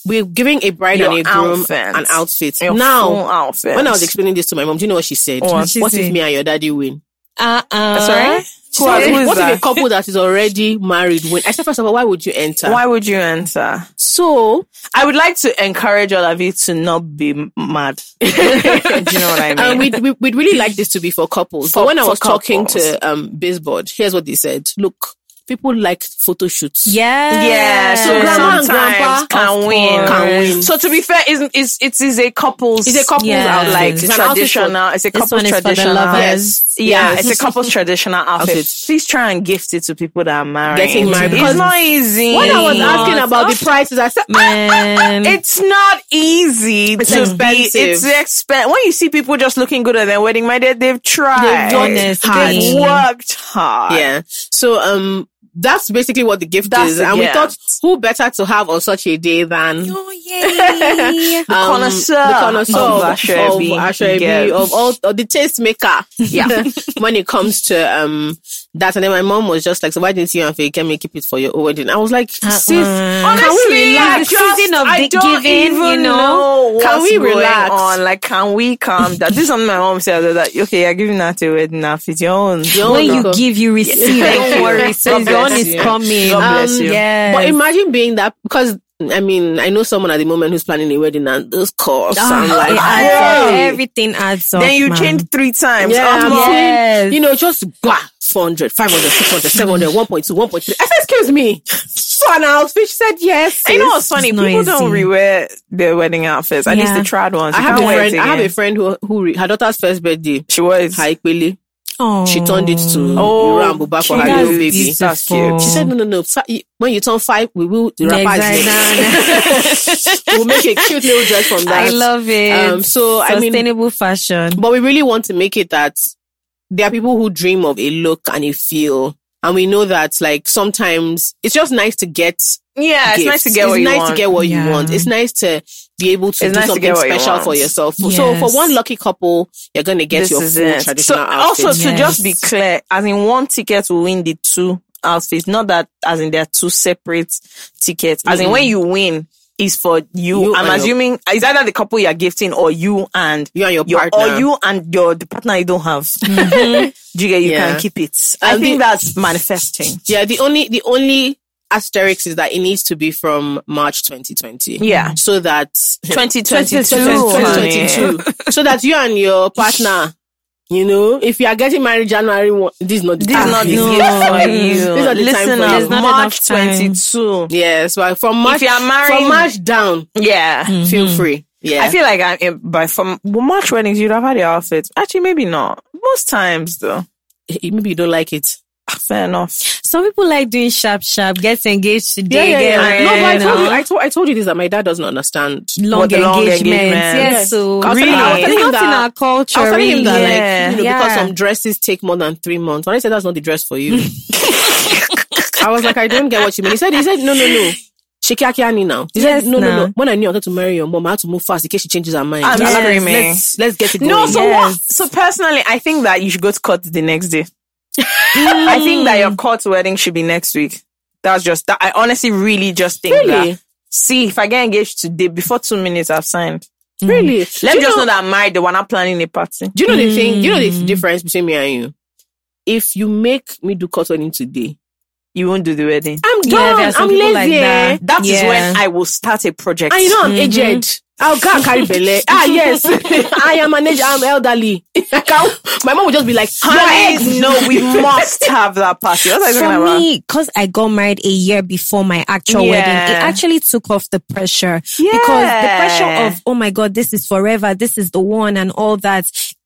Speaker 5: we're giving a bride
Speaker 4: Your
Speaker 5: and a groom
Speaker 4: outfit.
Speaker 5: an outfit.
Speaker 4: Your full
Speaker 5: now,
Speaker 4: outfit.
Speaker 5: when I was explaining this to my mom, do you know what she said?
Speaker 4: What?
Speaker 5: What, if me and your daddy win?
Speaker 6: Uh-uh.
Speaker 4: sorry, who,
Speaker 5: What
Speaker 4: are- who is
Speaker 5: what
Speaker 4: that?
Speaker 5: if a couple that is already married win? I said, first of all, why would you enter?
Speaker 4: Why would you answer?
Speaker 5: So,
Speaker 4: I would like to encourage all of you to not be m- mad. Do you know what I mean?
Speaker 5: and we'd, we- we'd really like this to be for couples. but
Speaker 4: For-
Speaker 5: when I
Speaker 4: for
Speaker 5: was talking
Speaker 4: couples.
Speaker 5: to um, Baseboard, here's what they said. Look, people like photo shoots.
Speaker 6: Yes.
Speaker 4: yeah, so
Speaker 5: grandma and
Speaker 4: sometimes
Speaker 5: grandpa
Speaker 4: can win.
Speaker 5: Can win.
Speaker 4: So to be fair, is is it is a couple's
Speaker 5: It's a couple's
Speaker 6: Yes.
Speaker 5: outfit.
Speaker 4: like
Speaker 5: It's an outfit for-
Speaker 4: traditional. It's a
Speaker 6: This
Speaker 4: couple's
Speaker 6: one is for the
Speaker 4: traditional.
Speaker 6: lovers.
Speaker 4: Yes. Yeah,
Speaker 5: Yes.
Speaker 4: it's a couple's traditional outfit.
Speaker 5: Outfit.
Speaker 4: Please try and gift it to people that are married.
Speaker 5: Getting married.
Speaker 4: it's
Speaker 5: Because
Speaker 4: not easy.
Speaker 5: When I was asking about the prices, I said, "Ah,
Speaker 6: Man.
Speaker 4: It's not easy to
Speaker 5: expensive.
Speaker 4: be. It's expensive. When you see people just looking good at their wedding, my dear, they've tried.
Speaker 5: done
Speaker 4: They've
Speaker 6: it hard.
Speaker 4: worked hard.
Speaker 5: Yeah. "Ah." So um that's basically what the gift
Speaker 4: That's
Speaker 5: is.
Speaker 4: the
Speaker 5: and we
Speaker 4: gift.
Speaker 5: thought who better to have on such a day than
Speaker 6: oh, yay.
Speaker 5: um,
Speaker 4: connoisseur
Speaker 5: the connoisseur
Speaker 4: of
Speaker 5: of
Speaker 4: Ashwebi.
Speaker 5: of Ashwebi,
Speaker 4: Yes.
Speaker 5: of all of the tastemaker. Yeah. when it comes to um that and then my mom was just like, So why didn't you and Faye Kemi keep it for your own wedding? I was like, sis,
Speaker 6: Uh-uh.
Speaker 4: Honestly,
Speaker 5: can we
Speaker 4: I
Speaker 5: relax?
Speaker 6: The season of
Speaker 4: I
Speaker 6: the
Speaker 4: don't
Speaker 6: giving,
Speaker 4: even
Speaker 6: you know?
Speaker 4: can
Speaker 5: Can we
Speaker 4: we going
Speaker 5: relax?
Speaker 4: on? Like, can we calm down? this is something my mom said. That okay, you're giving that to a wedding outfit. Your own.
Speaker 5: Your
Speaker 6: when you
Speaker 5: God.
Speaker 6: give, you receive.
Speaker 4: Thank
Speaker 6: Don't
Speaker 4: you.
Speaker 6: worry. So
Speaker 4: God
Speaker 6: the one
Speaker 4: bless
Speaker 6: is
Speaker 4: you.
Speaker 6: coming.
Speaker 4: God bless
Speaker 5: Um,
Speaker 4: you.
Speaker 6: Yes.
Speaker 5: But imagine being that because I mean, I know someone at the moment who's planning a wedding and those costs
Speaker 6: Ah,
Speaker 5: and like
Speaker 6: it adds up.
Speaker 5: hey.
Speaker 6: Everything adds up.
Speaker 4: Then you
Speaker 6: man.
Speaker 4: change three times. Oh,
Speaker 5: Yeah,
Speaker 4: Omo.
Speaker 5: I'm
Speaker 6: Yes.
Speaker 5: saying, you know, just bah, 400, 500, 600, 700, 1.2, 1.3. I said, excuse me. So an outfit. She said, yes.
Speaker 4: You know
Speaker 5: sis."
Speaker 4: what's funny?
Speaker 6: It's not
Speaker 4: People don't
Speaker 6: easy.
Speaker 4: rewear their wedding outfits. At least
Speaker 6: Yeah.
Speaker 4: the trad ones.
Speaker 5: I
Speaker 4: You
Speaker 5: have
Speaker 4: can't
Speaker 5: a
Speaker 4: wear it
Speaker 5: friend, I have
Speaker 4: again.
Speaker 5: a friend who, who, re- her daughter's first birthday,
Speaker 4: She was.
Speaker 5: Haik Willie. She turned it to
Speaker 4: Oh,
Speaker 5: Yoruba and Buba for her
Speaker 4: cute.
Speaker 5: little baby.
Speaker 4: That's cute.
Speaker 5: She said, no, no, no. fi- When you turn five, we will the
Speaker 6: Yeah,
Speaker 5: rapper
Speaker 6: exactly.
Speaker 5: we'll make a cute little dress from that.
Speaker 6: I love it.
Speaker 5: Um, so, I mean-
Speaker 6: sustainable fashion.
Speaker 5: But we really want to make it that there are people who dream of a look and a feel. And we know that like sometimes it's just nice to get
Speaker 4: Yeah, it's nice to
Speaker 5: gifts.
Speaker 4: get
Speaker 5: it's
Speaker 4: what you
Speaker 5: nice
Speaker 4: want.
Speaker 5: to get what
Speaker 6: Yeah.
Speaker 5: you want. It's nice to be able to
Speaker 4: It's
Speaker 5: do
Speaker 4: nice to
Speaker 5: something
Speaker 4: get what you
Speaker 5: special
Speaker 4: want.
Speaker 5: for yourself. So for
Speaker 6: Yes.
Speaker 5: one lucky couple, you're gonna get your full traditional
Speaker 4: so
Speaker 5: outfit.
Speaker 4: also to
Speaker 6: Yes.
Speaker 4: just be clear, as in one ticket will win the two outfits. Not that as in they're two separate tickets. As in when you win is for you.
Speaker 5: Mm-hmm. You
Speaker 4: I'm
Speaker 5: and your-
Speaker 4: assuming it's either the couple you're gifting or you and
Speaker 5: You and your
Speaker 4: or
Speaker 5: partner.
Speaker 4: you and your the partner you don't have. Do you get? You
Speaker 5: Yeah.
Speaker 4: can keep it. I
Speaker 5: And
Speaker 4: think
Speaker 5: the-
Speaker 4: that's manifesting.
Speaker 5: yeah, the only the only asterisk is that it needs to be from March 2020.
Speaker 4: Yeah.
Speaker 5: So that
Speaker 4: 2022.
Speaker 5: 2022. so that you and your partner, you know, if you are getting married January 1, this is not the
Speaker 4: This
Speaker 5: time.
Speaker 4: is not the
Speaker 5: for you.
Speaker 6: No.
Speaker 4: year for you.
Speaker 5: These are the time
Speaker 4: Listen
Speaker 5: for
Speaker 4: up,
Speaker 5: you. There's
Speaker 6: not
Speaker 4: March
Speaker 6: enough time.
Speaker 4: 22.
Speaker 5: Yes, but from March,
Speaker 4: you are marrying-
Speaker 5: from March Mm. down,
Speaker 4: Yeah.
Speaker 5: feel free. Yeah.
Speaker 4: I feel like I'm in, but from well, March weddings, you'd have had your outfits. Actually, maybe not. Most times, though.
Speaker 5: Eh, maybe you don't like it.
Speaker 4: Fair enough.
Speaker 6: Some people like doing sharp, sharp. Get engaged today. get
Speaker 5: No, but I
Speaker 6: married,
Speaker 5: told,
Speaker 6: you
Speaker 5: you,
Speaker 6: know.
Speaker 5: I, told, I told you this that my dad doesn't understand.
Speaker 6: long,
Speaker 4: What, the long
Speaker 6: engagements.
Speaker 4: engagement?
Speaker 6: Yes,
Speaker 5: I
Speaker 6: so
Speaker 5: was telling- I was
Speaker 4: Really?
Speaker 5: telling him
Speaker 6: it's not
Speaker 5: that-
Speaker 6: in our culture.
Speaker 5: I was telling
Speaker 6: really.
Speaker 5: him that,
Speaker 4: Yeah.
Speaker 5: like, you know, because
Speaker 6: Yeah.
Speaker 5: some dresses take more than three months. When I said that's not the dress for you, I was like, I don't get what you mean. He said, he said, no, no, no. Shake Akiani now. He
Speaker 6: Yes,
Speaker 5: said, no, no,
Speaker 6: now.
Speaker 5: no. When I knew I wanted to marry your mom, I had to move fast in case she changes her mind.
Speaker 4: I'm
Speaker 5: Let's-
Speaker 4: screaming.
Speaker 5: Let's, let's get it going.
Speaker 4: No, so what?
Speaker 6: Yes.
Speaker 4: So personally, I think that you should go to court the next day. I think that your court wedding should be next week. That's just that. I honestly really just think
Speaker 5: Really? Mm-hmm.
Speaker 4: that. See, if I get engaged today, before two minutes, I've signed.
Speaker 5: Really?
Speaker 4: Let
Speaker 5: Do
Speaker 4: me
Speaker 5: you
Speaker 4: just know that I'm married. They were not planning a party.
Speaker 5: Do you know the thing? Do you know the difference between me and you? If you make me do court wedding today,
Speaker 4: You won't do the wedding.
Speaker 5: I'm
Speaker 6: Yeah,
Speaker 5: done.
Speaker 6: there are some
Speaker 5: I'm
Speaker 6: people
Speaker 5: lazy.
Speaker 6: like
Speaker 5: eh.
Speaker 6: that.
Speaker 4: That is
Speaker 6: Yeah.
Speaker 4: when I will start a project.
Speaker 5: And you know I'm
Speaker 6: Mm-hmm.
Speaker 5: aged. I'll go and carry belle. Ah, yes. I am an aged, I'm elderly. I can't- My mom would just be like,
Speaker 4: Honey,
Speaker 5: "Your eggs."
Speaker 4: no, we must have that party. What was I talking
Speaker 6: For
Speaker 4: about?
Speaker 6: me, because I got married a year before my actual
Speaker 4: Yeah.
Speaker 6: wedding, it actually took off the pressure. Because the pressure
Speaker 4: Yeah.
Speaker 6: of, oh my God, this is forever, this is the one and all that.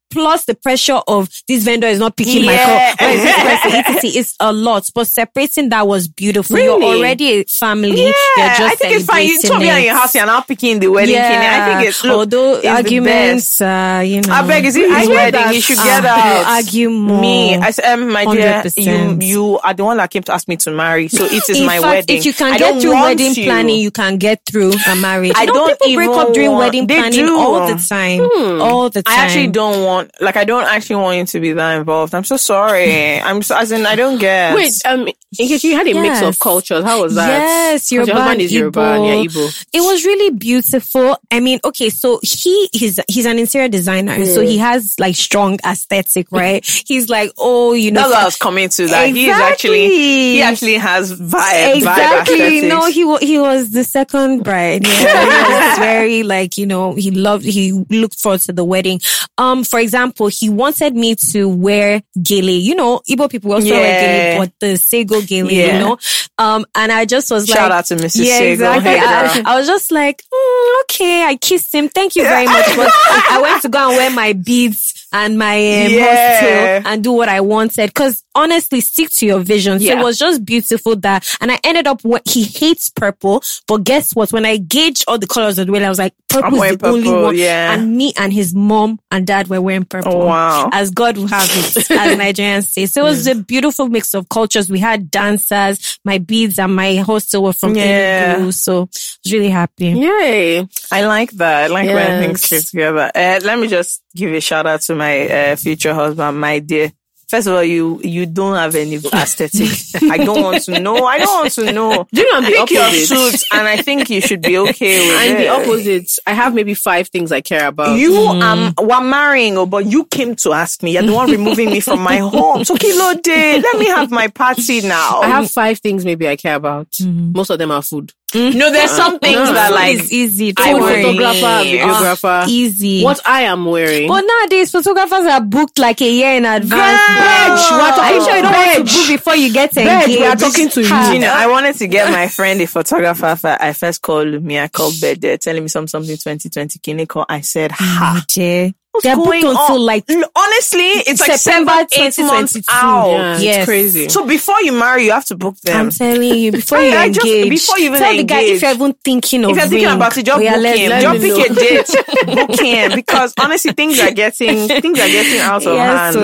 Speaker 6: Plus the pressure of this vendor is not picking
Speaker 4: Yeah.
Speaker 6: my call. Or is this person? Etc., etc. It's a lot. But separating that was beautiful. You're
Speaker 5: Really?
Speaker 6: already a family.
Speaker 4: Yeah,
Speaker 6: You're just
Speaker 4: I think it's fine. You told me
Speaker 6: celebrating
Speaker 4: on your
Speaker 6: it.
Speaker 4: house, you're now picking the wedding yeah. I think it's look,
Speaker 6: although
Speaker 4: it's the
Speaker 6: arguments,
Speaker 4: best.
Speaker 6: uh, you know.
Speaker 4: um, I beg, is it
Speaker 5: I
Speaker 4: his
Speaker 5: hear
Speaker 4: wedding?
Speaker 5: that.
Speaker 4: You should
Speaker 5: Ah,
Speaker 4: get
Speaker 6: you
Speaker 4: out.
Speaker 6: argue more.
Speaker 4: Me, I said, um, my dear,
Speaker 6: 100%.
Speaker 4: you, you are the one that came to ask me to marry, so it is
Speaker 6: in
Speaker 4: my
Speaker 6: fact,
Speaker 4: wedding.
Speaker 6: if you can
Speaker 4: I
Speaker 6: get
Speaker 4: don't
Speaker 6: through
Speaker 4: want
Speaker 6: wedding
Speaker 4: you.
Speaker 6: planning, you can get through a marriage.
Speaker 4: I
Speaker 6: You know,
Speaker 4: don't
Speaker 6: people break
Speaker 4: even
Speaker 6: up during
Speaker 4: want-
Speaker 6: wedding
Speaker 4: they
Speaker 6: planning
Speaker 4: do. Hmm.
Speaker 6: all the time. All the time.
Speaker 4: I actually don't want, like, I don't actually want you to be that involved. I'm so sorry. I'm so, as in, I don't get.
Speaker 5: Wait,
Speaker 6: uh,
Speaker 5: um, in case you had a mix
Speaker 6: Yes.
Speaker 5: of cultures, how was that?
Speaker 6: Yes,
Speaker 5: 'Cause your
Speaker 6: Yoruba
Speaker 5: husband is
Speaker 6: and
Speaker 5: Yoruba
Speaker 6: Igbo.
Speaker 5: and you're Igbo.
Speaker 6: It was really beautiful. I mean, okay, so he is he's an interior designer, so
Speaker 4: Hmm.
Speaker 6: he has like strong aesthetic, right? he's like, oh, you know,
Speaker 4: That's what I was coming to. That he is actually, he
Speaker 6: Exactly.
Speaker 4: actually has vibe. Vibe
Speaker 6: Exactly.
Speaker 4: aesthetics.
Speaker 6: no, he wa- he was the second bride. Yeah. he was very like you know he loved he looked forward to the wedding. Um, for example, he wanted me to wear gele. You know, Igbo people also wear
Speaker 4: Yeah.
Speaker 6: gele, but the sego gele.
Speaker 4: Yeah.
Speaker 6: You know, um, and I just was
Speaker 4: Shout
Speaker 6: like,
Speaker 4: out to Mrs.
Speaker 6: Yeah,
Speaker 4: Sego.
Speaker 6: exactly.
Speaker 4: Hey,
Speaker 6: I,
Speaker 4: girl.
Speaker 6: I was just like, "Mm, okay, I kissed him. Thank you very much. But I went to go and wear my beads and my um,
Speaker 4: Yeah.
Speaker 6: horsetail and do what I wanted. Cause honestly, stick to your vision. So
Speaker 4: Yeah.
Speaker 6: it was just beautiful that, and I ended up what he hates purple, but guess what? When I gauged all the colors of the way, I was like, purple is
Speaker 4: wearing
Speaker 6: the only
Speaker 4: purple,
Speaker 6: one.
Speaker 4: yeah.
Speaker 6: And me and his mom and dad were wearing purple.
Speaker 4: Oh, wow.
Speaker 6: As God will have it, as Nigerians say. So it was a beautiful mix of cultures. We had dancers, my beads and my hostel were from
Speaker 4: Yeah.
Speaker 6: Enugu. So I was really happy.
Speaker 5: Yay.
Speaker 4: I like that. I like when
Speaker 5: Yes.
Speaker 4: things fit together. Uh, let me just give a shout out to my uh, future husband, my dear. First of all, you you don't have any aesthetic. I don't want to know. I don't want to know.
Speaker 5: Do you know I'm the
Speaker 4: Pick your
Speaker 5: opposite?
Speaker 4: suits, and I think you should be okay with
Speaker 5: I'm
Speaker 4: it.
Speaker 5: the opposite. I have maybe five things I care about.
Speaker 4: You um were marrying, oh, but you came to ask me. You're the one removing me from my home. So kilo day, let me have my party now.
Speaker 5: I have five things maybe I care about.
Speaker 6: Mm-hmm.
Speaker 5: Most of them are food.
Speaker 4: no. There's some things
Speaker 5: no.
Speaker 4: that like
Speaker 6: it's easy.
Speaker 4: I
Speaker 6: Don't
Speaker 5: Food,
Speaker 4: worry.
Speaker 6: worry.
Speaker 5: photographer, videographer.
Speaker 6: Easy.
Speaker 5: what I am wearing.
Speaker 6: But nowadays, photographers are booked like a year in advance.
Speaker 4: Bitch, we're
Speaker 6: Are
Speaker 4: talking-
Speaker 6: you sure you don't want
Speaker 4: Bitch.
Speaker 6: to book before you get engaged?
Speaker 5: we are talking to you.
Speaker 6: Ah.
Speaker 4: you know, I wanted to get my friend a photographer. F- I first called me. I called Bed. They're telling me some something 2020 clinical. I said, ha.
Speaker 6: Oh, Dear.
Speaker 4: What's
Speaker 6: They're booked
Speaker 4: going
Speaker 6: until,
Speaker 4: on?
Speaker 6: like,
Speaker 4: Mm. L- honestly, it's
Speaker 6: September
Speaker 4: like seven, eight months
Speaker 6: 2022,
Speaker 4: out.
Speaker 5: yeah,
Speaker 6: Yes.
Speaker 5: it's crazy.
Speaker 4: So before you marry, you have to book them.
Speaker 6: I'm telling you, before
Speaker 4: Sorry,
Speaker 6: you
Speaker 4: I just-
Speaker 6: engage,
Speaker 4: before you even
Speaker 6: tell the guy
Speaker 4: engage.
Speaker 6: if you're even thinking of
Speaker 4: if you're thinking
Speaker 6: ring,
Speaker 4: about it, just
Speaker 6: oh yeah,
Speaker 4: book
Speaker 6: let-
Speaker 4: him.
Speaker 6: let
Speaker 4: Just
Speaker 6: me
Speaker 4: pick a
Speaker 6: know.
Speaker 4: date, book him because honestly, things are getting things are getting out of
Speaker 6: Yeah,
Speaker 4: hand. oh.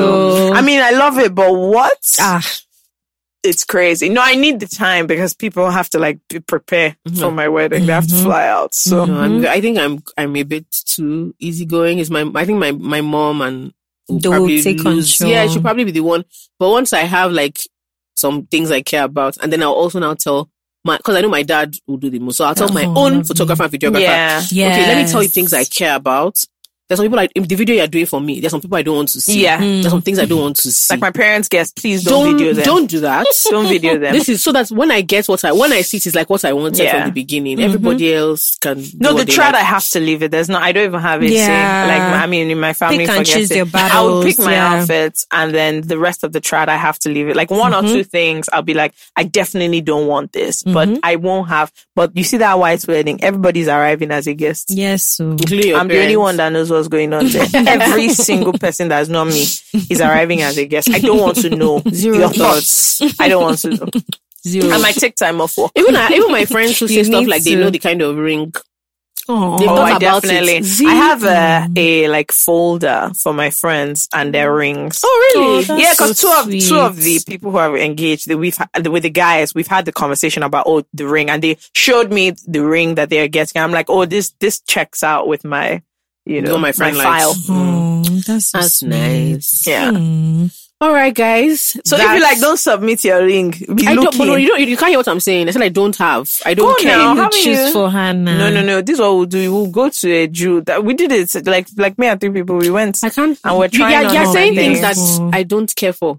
Speaker 6: so-
Speaker 4: I mean, I love it, but what?
Speaker 6: oh. Ah,
Speaker 4: It's crazy. No, I need the time because people have to like be- prepare
Speaker 6: Mm-hmm.
Speaker 4: for my wedding. They have to fly out. So
Speaker 5: No, I'm, I think I'm I'm a bit too easygoing. Is my I think my my mom and will
Speaker 6: They will take control.
Speaker 5: Yeah, she'll probably be the one. But once I have like some things I care about, and then I'll also now tell my because I know my dad will do the most. So I'll tell my own photographer and videographer.
Speaker 4: yeah,
Speaker 6: Oh, yes.
Speaker 5: Okay, let me tell you things I care about. There's some people I, the video you're doing for me. There's some people I don't want to see.
Speaker 6: Mm-hmm.
Speaker 4: Yeah.
Speaker 5: There's
Speaker 6: Mm.
Speaker 5: some things I don't want to see.
Speaker 4: like my parents' guests, please don't,
Speaker 5: don't
Speaker 4: video them.
Speaker 5: don't do that.
Speaker 4: don't video them.
Speaker 5: This is so that when I get what I when I see it is like what I wanted
Speaker 4: Yeah. Mm-hmm.
Speaker 5: from the beginning. Everybody else can
Speaker 4: No, the
Speaker 5: trad
Speaker 4: trad I have to leave it. There's no, I don't even have it. say.
Speaker 6: Yeah.
Speaker 4: Like, I mean, in my family,
Speaker 6: Pick and
Speaker 4: forget
Speaker 6: choose
Speaker 4: it.
Speaker 6: your
Speaker 4: I would pick
Speaker 6: battles,
Speaker 4: my
Speaker 6: yeah.
Speaker 4: outfits and then the rest of the trad I have to leave it. Like one
Speaker 6: Mm-hmm.
Speaker 4: or two things I'll be like, I definitely don't want this,
Speaker 6: Mm-hmm.
Speaker 4: but I won't have, but you see that white wedding, everybody's arriving as a guest.
Speaker 6: Yes, oh, so
Speaker 5: Including your
Speaker 4: I'm the only
Speaker 5: parents.
Speaker 4: one that knows what's going on there. Every single person that's not me is arriving as a guest. I don't want to know
Speaker 6: Zero
Speaker 4: your
Speaker 6: thoughts.
Speaker 4: thoughts. I don't want to know.
Speaker 6: zero.
Speaker 4: I might take time off work.
Speaker 5: Even I, even my friends who say
Speaker 6: You
Speaker 5: stuff
Speaker 6: need
Speaker 5: like they
Speaker 6: to.
Speaker 5: know the kind of ring.
Speaker 6: Aw.
Speaker 5: They've
Speaker 4: Oh,
Speaker 5: thought
Speaker 4: I
Speaker 5: about
Speaker 4: definitely.
Speaker 5: it.
Speaker 4: I have a, a like folder for my friends and their rings.
Speaker 5: Oh
Speaker 6: really?
Speaker 5: really?
Speaker 6: that's
Speaker 4: yeah, because
Speaker 6: so
Speaker 4: two of two of the
Speaker 6: sweet.
Speaker 4: people who are engaged, that we've had, with the guys, we've had the conversation about oh the ring, and they showed me the ring that they are getting. I'm like, oh this this checks out with my you know
Speaker 5: What my friend
Speaker 4: file. Mm.
Speaker 5: likes.
Speaker 6: Oh, that's so
Speaker 5: That's
Speaker 6: sweet.
Speaker 5: nice.
Speaker 4: Yeah.
Speaker 6: Mm.
Speaker 5: All right, guys.
Speaker 4: So if
Speaker 5: That's-
Speaker 4: you like, don't submit your ring. Be
Speaker 5: I don't,
Speaker 4: looking.
Speaker 5: but no, you don't. You can't hear what I'm saying. I said I don't have. I don't
Speaker 4: Go
Speaker 5: care.
Speaker 4: now. How
Speaker 6: You
Speaker 4: many-
Speaker 6: choose for her now.
Speaker 4: no, no, no. This is what we'll do. We'll go to a Jew. That we did it. Like, like me and three people. We went.
Speaker 5: I can't.
Speaker 4: And we're
Speaker 5: You-
Speaker 4: trying
Speaker 5: You're,
Speaker 4: on
Speaker 5: you're
Speaker 4: all
Speaker 5: saying
Speaker 4: things.
Speaker 5: things that I don't care for.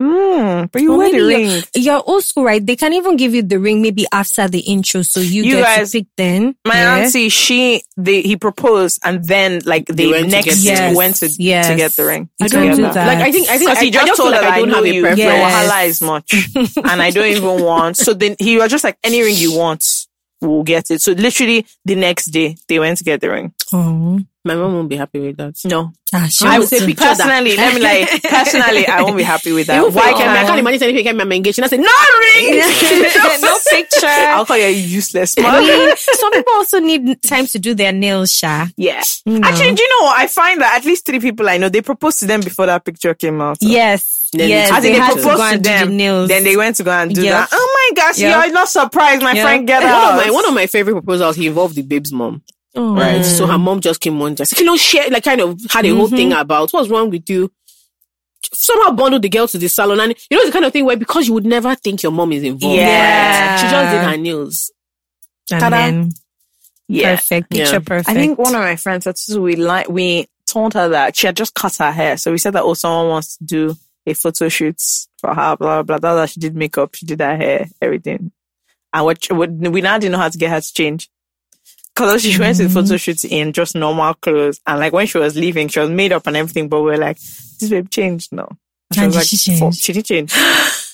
Speaker 4: Mm, but you
Speaker 6: Or
Speaker 4: wear
Speaker 6: maybe
Speaker 4: the
Speaker 5: uh,
Speaker 4: ring.
Speaker 6: You're, you're also right. They can even give you the ring maybe after the intro, so you,
Speaker 4: You
Speaker 6: get
Speaker 4: guys-
Speaker 6: to pick then.
Speaker 4: My
Speaker 6: Yeah.
Speaker 4: auntie, she they, he proposed, and then like they,
Speaker 5: went to
Speaker 4: next
Speaker 5: get the
Speaker 6: ring.
Speaker 4: went to
Speaker 6: Yes.
Speaker 4: to get the ring.
Speaker 6: I don't do that.
Speaker 5: Like I think. I think.
Speaker 4: Because
Speaker 5: I,
Speaker 4: he just
Speaker 5: I just feel
Speaker 4: told her
Speaker 5: like
Speaker 4: that
Speaker 5: I don't have a
Speaker 4: you.
Speaker 5: preference.
Speaker 6: Yes.
Speaker 4: Your wahala is much, and I don't even want. So then he was just like, any ring you want, we'll get it. So literally the next day, they went to get the ring.
Speaker 6: Oh,
Speaker 5: My mom won't be happy with that.
Speaker 4: No,
Speaker 6: Ah, she
Speaker 4: I would
Speaker 6: was
Speaker 4: say
Speaker 6: a-
Speaker 4: personally. Let me like personally, I won't be happy with that.
Speaker 5: Even for
Speaker 4: Why
Speaker 5: your camera, I
Speaker 4: can't
Speaker 5: can't
Speaker 4: I?
Speaker 5: imagine anything. I'm engaged. And I say no ring.
Speaker 6: no picture.
Speaker 4: I'll call you a useless
Speaker 6: I
Speaker 4: man.
Speaker 6: mean, some people also need time to do their nails, Sha.
Speaker 4: Yeah.
Speaker 6: You know.
Speaker 4: Actually, do you know what? I find that at least three people I know, they proposed to them before that picture came out.
Speaker 6: Yes.
Speaker 5: Then
Speaker 6: yes.
Speaker 5: it's- As
Speaker 4: I
Speaker 5: in
Speaker 4: think they,
Speaker 6: had to
Speaker 4: proposed
Speaker 6: go
Speaker 4: to,
Speaker 6: and do
Speaker 4: them.
Speaker 6: the nails.
Speaker 4: Then they went to go and do
Speaker 6: Yeah.
Speaker 4: that. Oh my gosh,
Speaker 6: Yeah.
Speaker 4: you're not surprised, my
Speaker 6: Yeah.
Speaker 4: friend. Get
Speaker 5: one
Speaker 4: out.
Speaker 5: of my one of my favorite proposals. He involved the babe's mom.
Speaker 6: Oh.
Speaker 5: Right. So her mom just came on just, you know, share, like kind of had a whole thing about what's wrong with you. Somehow bundled the girl to the salon. And you know, it's the kind of thing where because you would never think your mom is involved.
Speaker 4: Yeah.
Speaker 5: She just did her nails.
Speaker 6: And
Speaker 4: Ta-da.
Speaker 6: then
Speaker 4: yeah.
Speaker 6: perfect picture,
Speaker 5: Yeah.
Speaker 6: perfect.
Speaker 4: I think one of my friends said so we like we told her that she had just cut her hair. So we said that oh someone wants to do a photo shoot for her, blah blah blah. That's that she did makeup, she did her hair, everything. And what she- what- we now didn't know how to get her to change. Cause she went to the
Speaker 5: Mm-hmm.
Speaker 4: photo shoot in just normal clothes. And like when she was leaving, she was made up and everything, but we are like, this babe changed now. And
Speaker 6: And
Speaker 4: was
Speaker 6: did she
Speaker 4: "Fuck,
Speaker 6: change?
Speaker 4: She didn't change.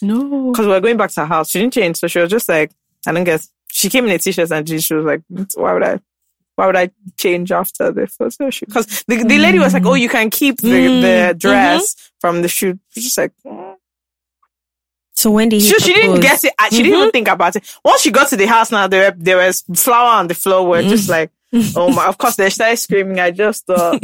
Speaker 5: No.
Speaker 4: because we were going back to her house. She didn't change, so she was just like, I don't guess. She came in a t-shirt and jeans. She was like, "Mm, why would I? Why would I change after the photo shoot? Because the, the lady was like, "Oh, you can keep the, the dress from the shoot." She was just like, mm.
Speaker 6: so when did he
Speaker 4: she, she didn't
Speaker 6: propose?
Speaker 4: get it. uh, She didn't
Speaker 6: Mm-hmm.
Speaker 4: even think about it. Once she got to the house, now there were, there was flour on the floor.
Speaker 6: Mm.
Speaker 4: We're just like, "Oh my!" Of course, they started screaming. I just thought,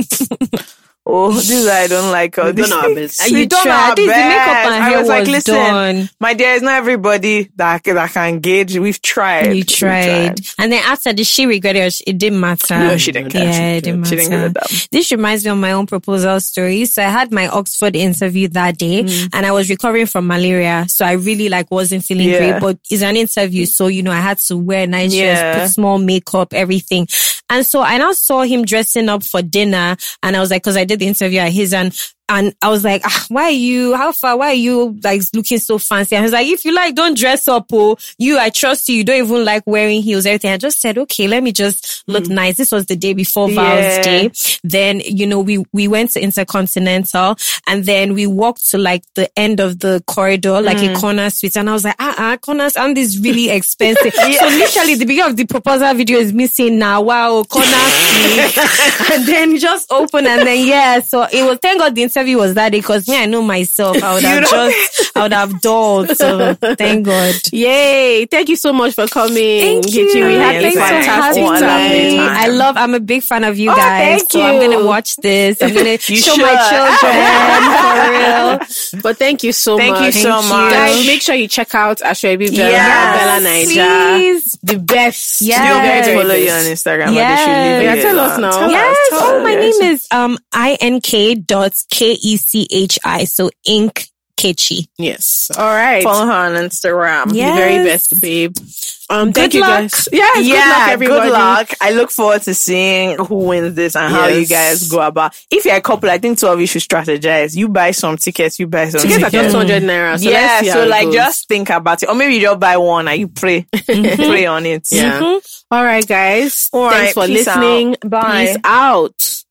Speaker 4: "Oh, this I don't like." Oh,
Speaker 5: We've
Speaker 4: this
Speaker 5: done our best.
Speaker 6: Are you
Speaker 4: we've done
Speaker 6: sure?
Speaker 4: our
Speaker 6: At least the makeup
Speaker 4: best.
Speaker 6: and
Speaker 4: I
Speaker 6: hair
Speaker 4: was like,
Speaker 6: was
Speaker 4: "Listen,
Speaker 6: done.
Speaker 4: my dear, it's not everybody that that can engage. We've tried.
Speaker 6: You
Speaker 4: We've
Speaker 6: tried. And then after did she regret it? or she- It didn't matter.
Speaker 4: No, she didn't care.
Speaker 6: Yeah,
Speaker 4: She
Speaker 6: it didn't
Speaker 4: didn't-
Speaker 6: matter.
Speaker 4: she didn't give a damn.
Speaker 6: This reminds me of my own proposal story. So I had my Oxford interview that day
Speaker 4: Mm.
Speaker 6: and I was recovering from malaria. So I really like wasn't feeling
Speaker 4: Yeah.
Speaker 6: great, but it's an interview. So, you know, I had to wear nice
Speaker 4: Yeah.
Speaker 6: dress, put small makeup, everything. And so I now saw him dressing up for dinner and I was like, cause I did the interview at his and and I was like, ah, why are you, how far, why are you like looking so fancy? And he was like, if you like, don't dress up. Oh, you, I trust you. You don't even like wearing heels, everything. I just said, okay, let me just look nice. This was the day before
Speaker 4: Yeah.
Speaker 6: Val's day. Then, you know, we, we went to Intercontinental and then we walked to like the end of the corridor, like a corner suite. And I was like, ah, ah, corners, and this really expensive. So literally the beginning of the proposal video is missing now. Wow, corner suite. and then you just open and then, yeah. So it was, thank God the interview was that day because me, I know myself. I would have just, I would have dulled. So thank God.
Speaker 5: Yay! Thank you so much for coming.
Speaker 6: Thank you.
Speaker 5: Gigi. We had
Speaker 4: Yes,
Speaker 6: Thanks for
Speaker 4: fantastic
Speaker 6: having
Speaker 4: one.
Speaker 6: me.
Speaker 4: Lovely time.
Speaker 6: I love. I'm a big fan of you guys.
Speaker 4: thank
Speaker 6: so I'm
Speaker 4: you.
Speaker 6: gonna watch this. I'm gonna
Speaker 4: You
Speaker 6: show
Speaker 4: should.
Speaker 6: my children for real.
Speaker 5: But thank you so
Speaker 4: Thank
Speaker 5: much.
Speaker 4: you so much.
Speaker 5: Guys, make sure you check out Ashwebi Vera,
Speaker 4: Yes,
Speaker 5: Bella Naija.
Speaker 6: please.
Speaker 5: The best.
Speaker 6: Yes.
Speaker 4: You'll get to
Speaker 6: Yes.
Speaker 4: follow you on Instagram.
Speaker 6: Yes.
Speaker 4: Yeah,
Speaker 5: Yeah, tell us now. Tell
Speaker 6: Yes.
Speaker 4: tell
Speaker 6: Oh, my
Speaker 4: us.
Speaker 6: name is um I N K dot K E C H I. So Ink Kechi.
Speaker 5: Yes. All right.
Speaker 4: Follow her on Instagram.
Speaker 6: Yes.
Speaker 5: The very best, babe. Um, thank
Speaker 6: Good
Speaker 5: you
Speaker 6: luck.
Speaker 5: guys. Yes,
Speaker 4: yeah,
Speaker 5: good luck, everybody.
Speaker 4: Good luck. I look forward to seeing who wins this and how you
Speaker 5: Yes.
Speaker 4: guys go about. If you're a couple, I think two of you should strategize. You buy some tickets. You buy some
Speaker 5: Tickets
Speaker 4: tickets.
Speaker 5: are just 200 naira. So let's
Speaker 4: yeah,
Speaker 5: see how
Speaker 4: so
Speaker 5: it
Speaker 4: like
Speaker 5: goes.
Speaker 4: just think about it, or maybe you just buy one and you pray, pray on it.
Speaker 5: Yeah. Mm-hmm. All right, guys.
Speaker 4: All
Speaker 5: Thanks for
Speaker 4: right, peace out.
Speaker 5: listening.
Speaker 4: Bye.
Speaker 5: Peace out.